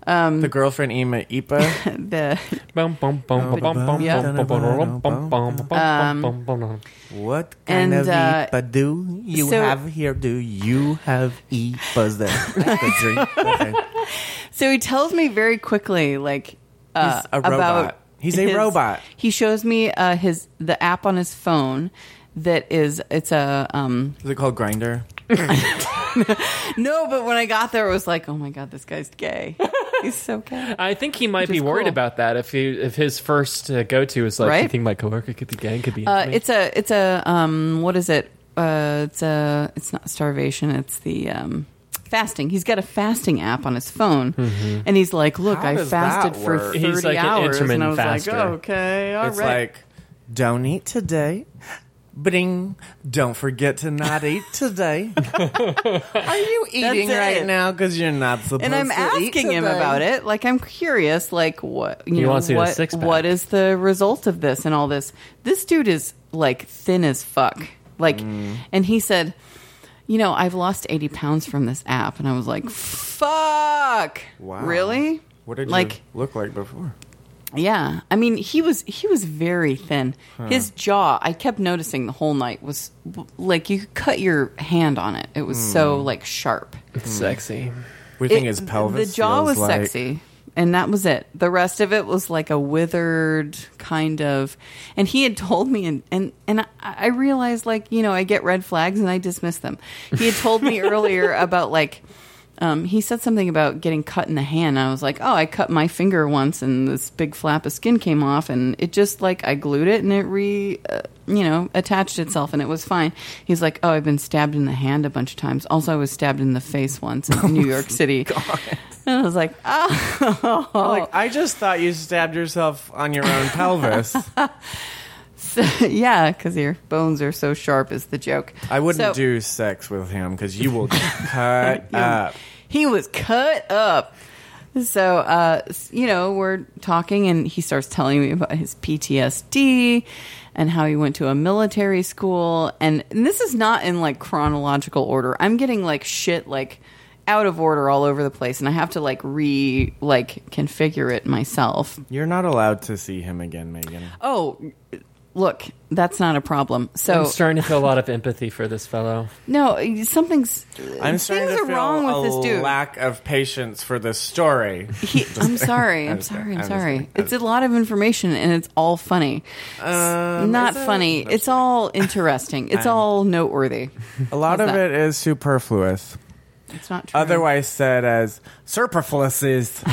Um, The girlfriend E Ema Ipa. the Bum, bum, bum, bum, bum, bum, Yeah. bum, bum, bum, bum, bum, bum, bum, bum, bum, bum. What kind And, of uh, IPA do you so- have here? Do you have E IPAs there? so he tells me very quickly like uh, a robot. about He's a robot. He shows me uh, his the app on his phone that is it's a um, Is it called Grinder? no. But when I got there, it was like, oh my god, this guy's gay. He's so gay. I think he might Which be is worried cool. about that if he if his first uh, go to is like Right? you think my coworker could be gay and could be Uh, into me? it's a it's a um what is it? Uh, it's a it's not starvation. It's the um fasting. He's got a fasting app on his phone, and he's like, "Look, How I does that fasted for work? thirty He's like an hours," intermittent and I was faster. like, "Okay, all right." it's like, don't eat today. Bing. Don't forget to not eat today. Are you eating it. right now? Because you're not supposed and I'm to eat asking him today. about it. Like, I'm curious. Like, what you He know? wants you to what, six-pack. what is the result of this and all this? This dude is like thin as fuck. Like, Mm. and he said, you know, I've lost eighty pounds from this app, and I was like, fuck, Wow. really? What did like? you look like before? Yeah, I mean, he was he was very thin. His jaw, I kept noticing the whole night was like you could cut your hand on it. It was so Hmm. like sharp. It's sexy. We think It- his pelvis. The jaw feels was like- sexy, and that was it. The rest of it was like a withered kind of. And he had told me, and and and I, I realized, like you know, I get red flags and I dismiss them. He had told me earlier about like. Um, he said something about getting cut in the hand. I was like, "Oh, I cut my finger once, and this big flap of skin came off, and it just like I glued it, and it re, uh, you know, attached itself, and it was fine." He's like, "Oh, I've been stabbed in the hand a bunch of times. Also, I was stabbed in the face once Oh in New York City." And I was like, "Ah, "Oh, Like, I just thought you stabbed yourself on your own pelvis. yeah," because your bones are so sharp is the joke. I wouldn't So- do sex with him because you will get cut up. He was cut up. So, uh, s- you know, we're talking, and he starts telling me about his PTSD and how he went to a military school. And, and this is not in like chronological order. I'm getting like shit like out of order all over the place, and I have to like re like configure it myself. You're not allowed to see him again, Megan. Oh, look, that's not a problem. So I'm starting to feel a lot of empathy for this fellow. no, something's I'm starting things to are feel wrong a with this dude. lack of patience for this story. He, I'm sorry. I'm just sorry. kidding. I'm I'm just sorry. kidding. It's a lot of information and it's all funny. It's Um, is Not it? funny. No, It's all interesting. It's all noteworthy. A lot How's of it that? is superfluous, It's not true. otherwise said as superfluous is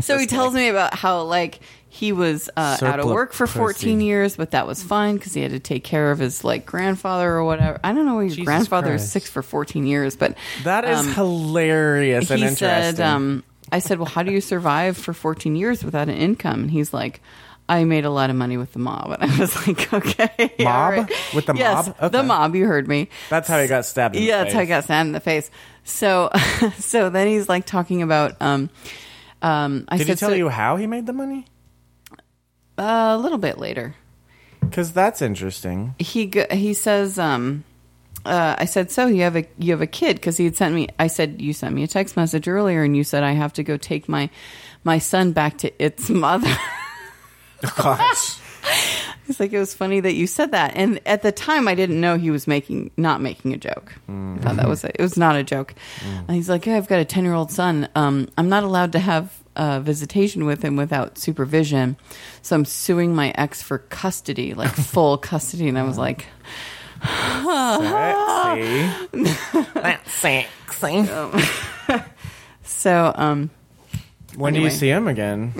so he tells me about how like he was uh, out of Surplus work for 14 pussy. years, but that was fine because he had to take care of his like grandfather or whatever. I don't know why your Jesus grandfather is Christ. sick for 14 years, but that is um, hilarious and he interesting. said, um, I said, well, how do you survive for 14 years without an income? And he's like, I made a lot of money with the mob. And I was like, okay. all Mob? right. With the Yes, mob? Okay. The mob, you heard me. That's how he got stabbed. In yeah, the that's how I face. got stabbed in the face. So, so then he's like talking about, um, um, I Did said, he tell so- you how he made the money? uh, a little bit later. Because that's interesting. he go- he says um uh, I said, so you have a you have a kid because he had sent me. I said you sent me a text message earlier, and you said I have to go take my my son back to its mother. Gosh. It's like it was funny that you said that, and at the time I didn't know he was making not making a joke. I thought that was a, it was not a joke. And he's like, yeah, I've got a ten year old son. Um, I'm not allowed to have uh, visitation with him without supervision, so I'm suing my ex for custody, like full custody. And I was like, Sexy. That's sexy. so um. When do Anyway. you see him again?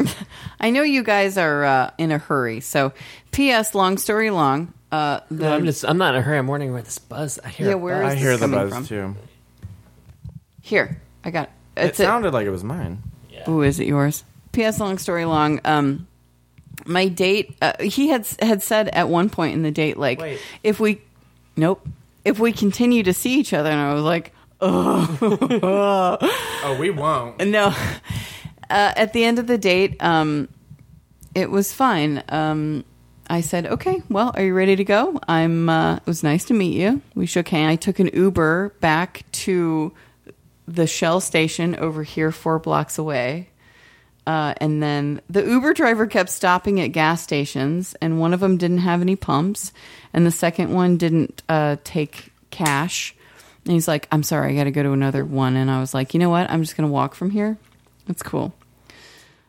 I know you guys are uh, in a hurry. So, P.S. Long story long. Uh, the, I'm just I'm not in a hurry. I'm wondering where this buzz. I hear. yeah, a where buzz. is I this hear the coming buzz from? too. Here, I got it. It It's a- sounded like it was mine. Ooh, is it yours? P.S. Long story long. Um, my date. Uh, he had had said at one point in the date, like, Wait. if we. nope. If we continue to see each other, and I was like, Oh, we won't. no. Uh, at the end of the date, um, it was fine. Um, I said, okay, well, are you ready to go? I'm. Uh, it was nice to meet you. We shook hands. I took an Uber back to the Shell station over here, four blocks away. Uh, and then the Uber driver kept stopping at gas stations, and one of them didn't have any pumps, and the second one didn't uh, take cash. And he's like, I'm sorry, I got to go to another one. And I was like, you know what? I'm just going to walk from here. That's cool.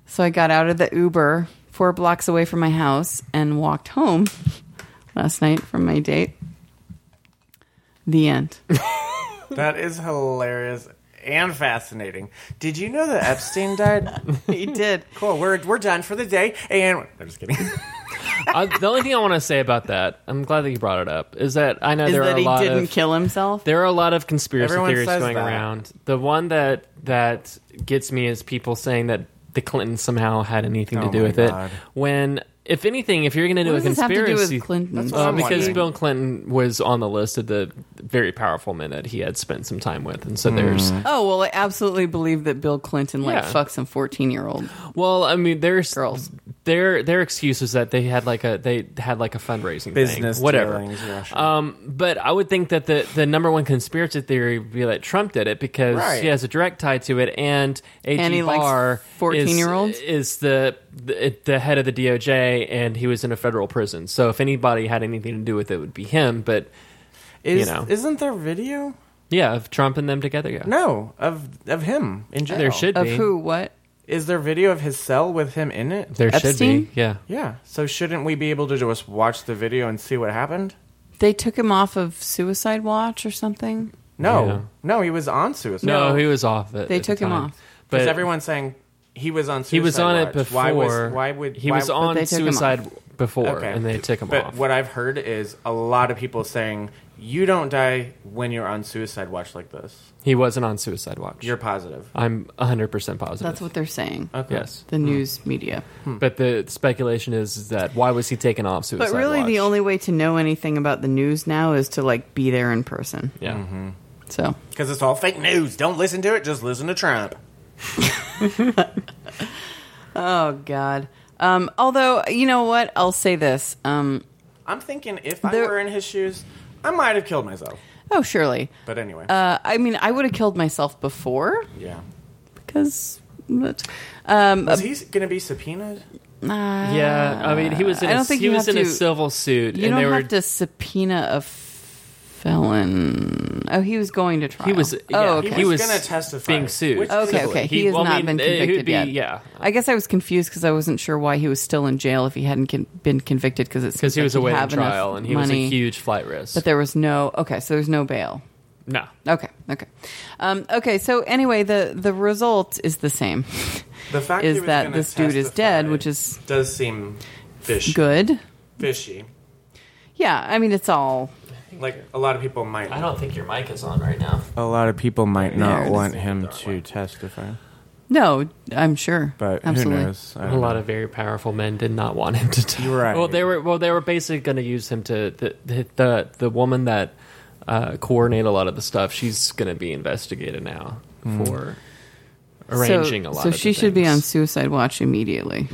So I got out of the Uber four blocks away from my house and walked home last night from my date. The end. That is hilarious and fascinating. Did you know that Epstein died? he did. cool. We're we're done for the day. And I'm just kidding. I, the only thing I want to say about that, I'm glad that you brought it up, is that I know Is there are that a he lot didn't of kill himself? there are a lot of conspiracy Everyone theories says going that. around. The one that that gets me is people saying that the Clintons somehow had anything Oh to do my with God. it. When, if anything, if you're going to do What a does this have conspiracy, to do with Clinton? That's what Uh, I'm because wondering. Bill Clinton was on the list of the very powerful men that he had spent some time with, and so there's Hmm. Oh well, I absolutely believe that Bill Clinton like Yeah. fucked some fourteen-year-old. well, I mean, there's Girls. Their their excuse was that they had like a they had like a fundraising Business thing, whatever. Uh, dealings, Russia. But I would think that the, the number one conspiracy theory would be that Trump did it because Right. he has a direct tie to it, and AG And he likes Barr 14-year-olds? is, is the, the the head of the DOJ, and he was in a federal prison. So if anybody had anything to do with it, it would be him. But is, you know. isn't there video? yeah, of Trump and them together, yeah, No, of of him in jail. there should Of be. who? What? Is there video of his cell with him in it? There Epstein? should be, yeah. Yeah. So shouldn't we be able to just watch the video and see what happened? They took him off of suicide watch or something. No. Yeah. No, he was on suicide. No, he was off. At, They at the took him time. off. Because but everyone's saying he was on suicide he was on it watch. before. Why was why would he why- was they on took him off. suicide before, Okay. and they took him but off. what I've heard is a lot of people saying you don't die when you're on suicide watch like this. he wasn't on suicide watch. You're positive. I'm 100 percent positive. That's what they're saying. Okay. Yes, The news media. but the speculation is, is that why was he taken off suicide? But really, watch? the only way to know anything about the news now is to like be there in person. yeah. So Because it's all fake news. Don't listen to it. Just listen to Trump. Oh God. Um, although you know what, I'll say this. Um, I'm thinking if I There- were in his shoes, I might have killed myself. oh surely. But anyway, Uh, I mean, I would have killed myself before yeah. because. But, um, Is he going to be subpoenaed? uh, Yeah, I mean, he was in. I a don't think he you was have in a to- civil suit, You and don't they were have to subpoena a f- felon. Oh, he was going to trial. He was. Oh, yeah, okay. He was gonna testify, being sued. which is okay, civilly. okay. He, has well, I not mean, been it would convicted be- yet. Yeah, I guess I was confused because I wasn't sure why he was still in jail if he hadn't con- been convicted because it's because he was away on on trial, and he money, was a huge flight risk. But there was no. Okay, so there's no bail. no, Okay, okay, um, okay. So anyway, the the result is the same. The fact is he was that gonna this dude is testify dead, which is- does seem fishy. Good. Fishy. Yeah, I mean it's all Like a lot of people might. I don't think your mic is on right now. A lot of people might not want him to testify, no. I'm sure, absolutely. A lot of very powerful men did not want him to tell. You're right. Well, they were. Well, they were basically going to use him to the the the, the woman that uh, coordinate a lot of the stuff. She's going to be investigated now Mm. for arranging so, a lot. So of the she should be on things. suicide watch immediately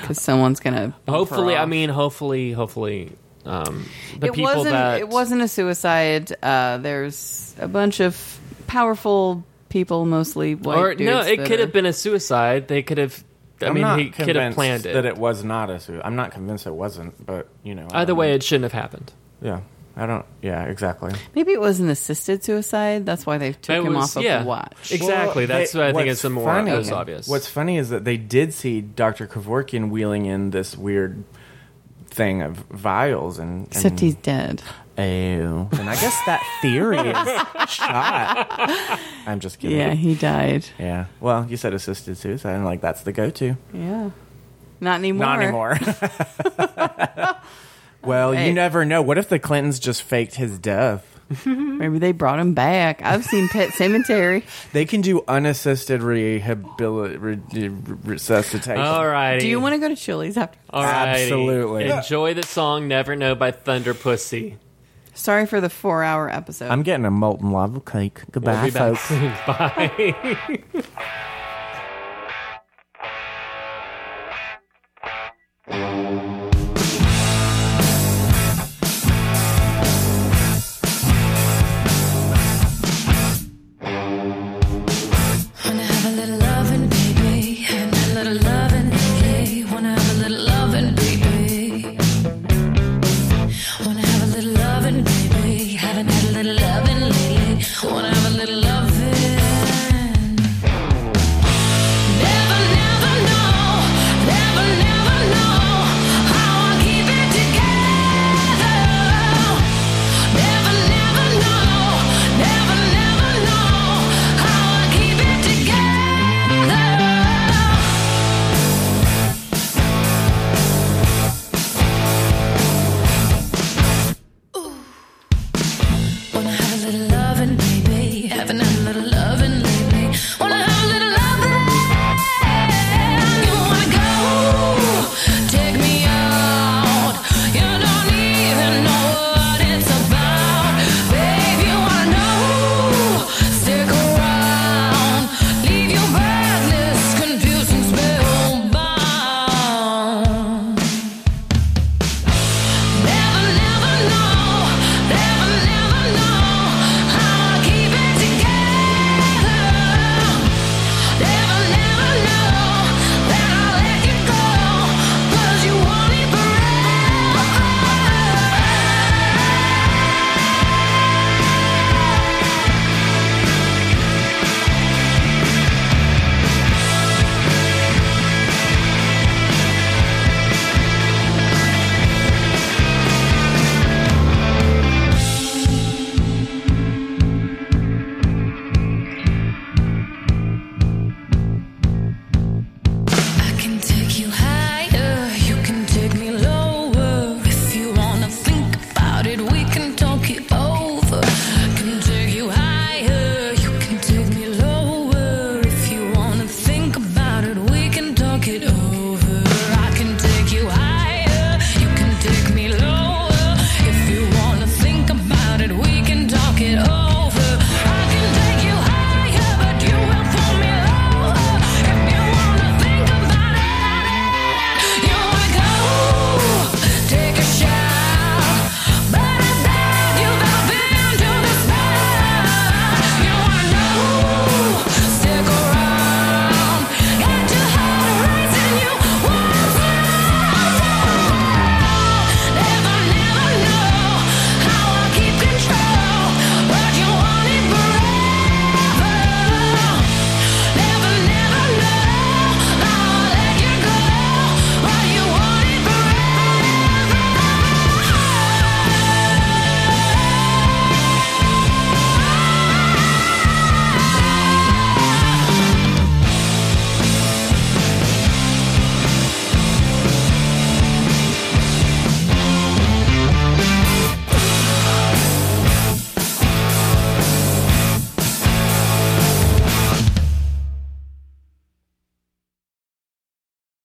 because someone's gonna. Hopefully, her I off. mean, hopefully, hopefully, um, the it people wasn't. that It wasn't a suicide. Uh, there's a bunch of powerful people, mostly white Or dudes. no, it that could are- have been a suicide. They could have. I I'm mean, not he could have convinced planned it. That it was not a suicide. I'm not convinced it wasn't, but you know. I Either don't way, know. it shouldn't have happened. yeah. I don't. Yeah, exactly. Maybe it was an assisted suicide. That's why they took It him was- off of yeah. the watch. Exactly. That's what I think what's is the more funny- most obvious. What's funny is that they did see Dr. Kevorkian wheeling in this weird thing of vials and, and Mm. Except he's dead. Ew. And I guess that theory is shot. I'm just kidding. Yeah, he died. Yeah. Well, you said assisted suicide, and like that's the go-to. Yeah. Not anymore. Not anymore. well, Hey. you never know. What if the Clintons just faked his death? Maybe they brought him back. I've seen Pet Cemetery. They can do unassisted rehabilitation. resuscitation. All right. Do you want to go to Chili's after? All righty. Absolutely. Enjoy the song "Never Know" by Thunder Pussy. Sorry for the four hour episode. I'm getting a molten lava cake. Goodbye, We'll be back folks. soon. Bye.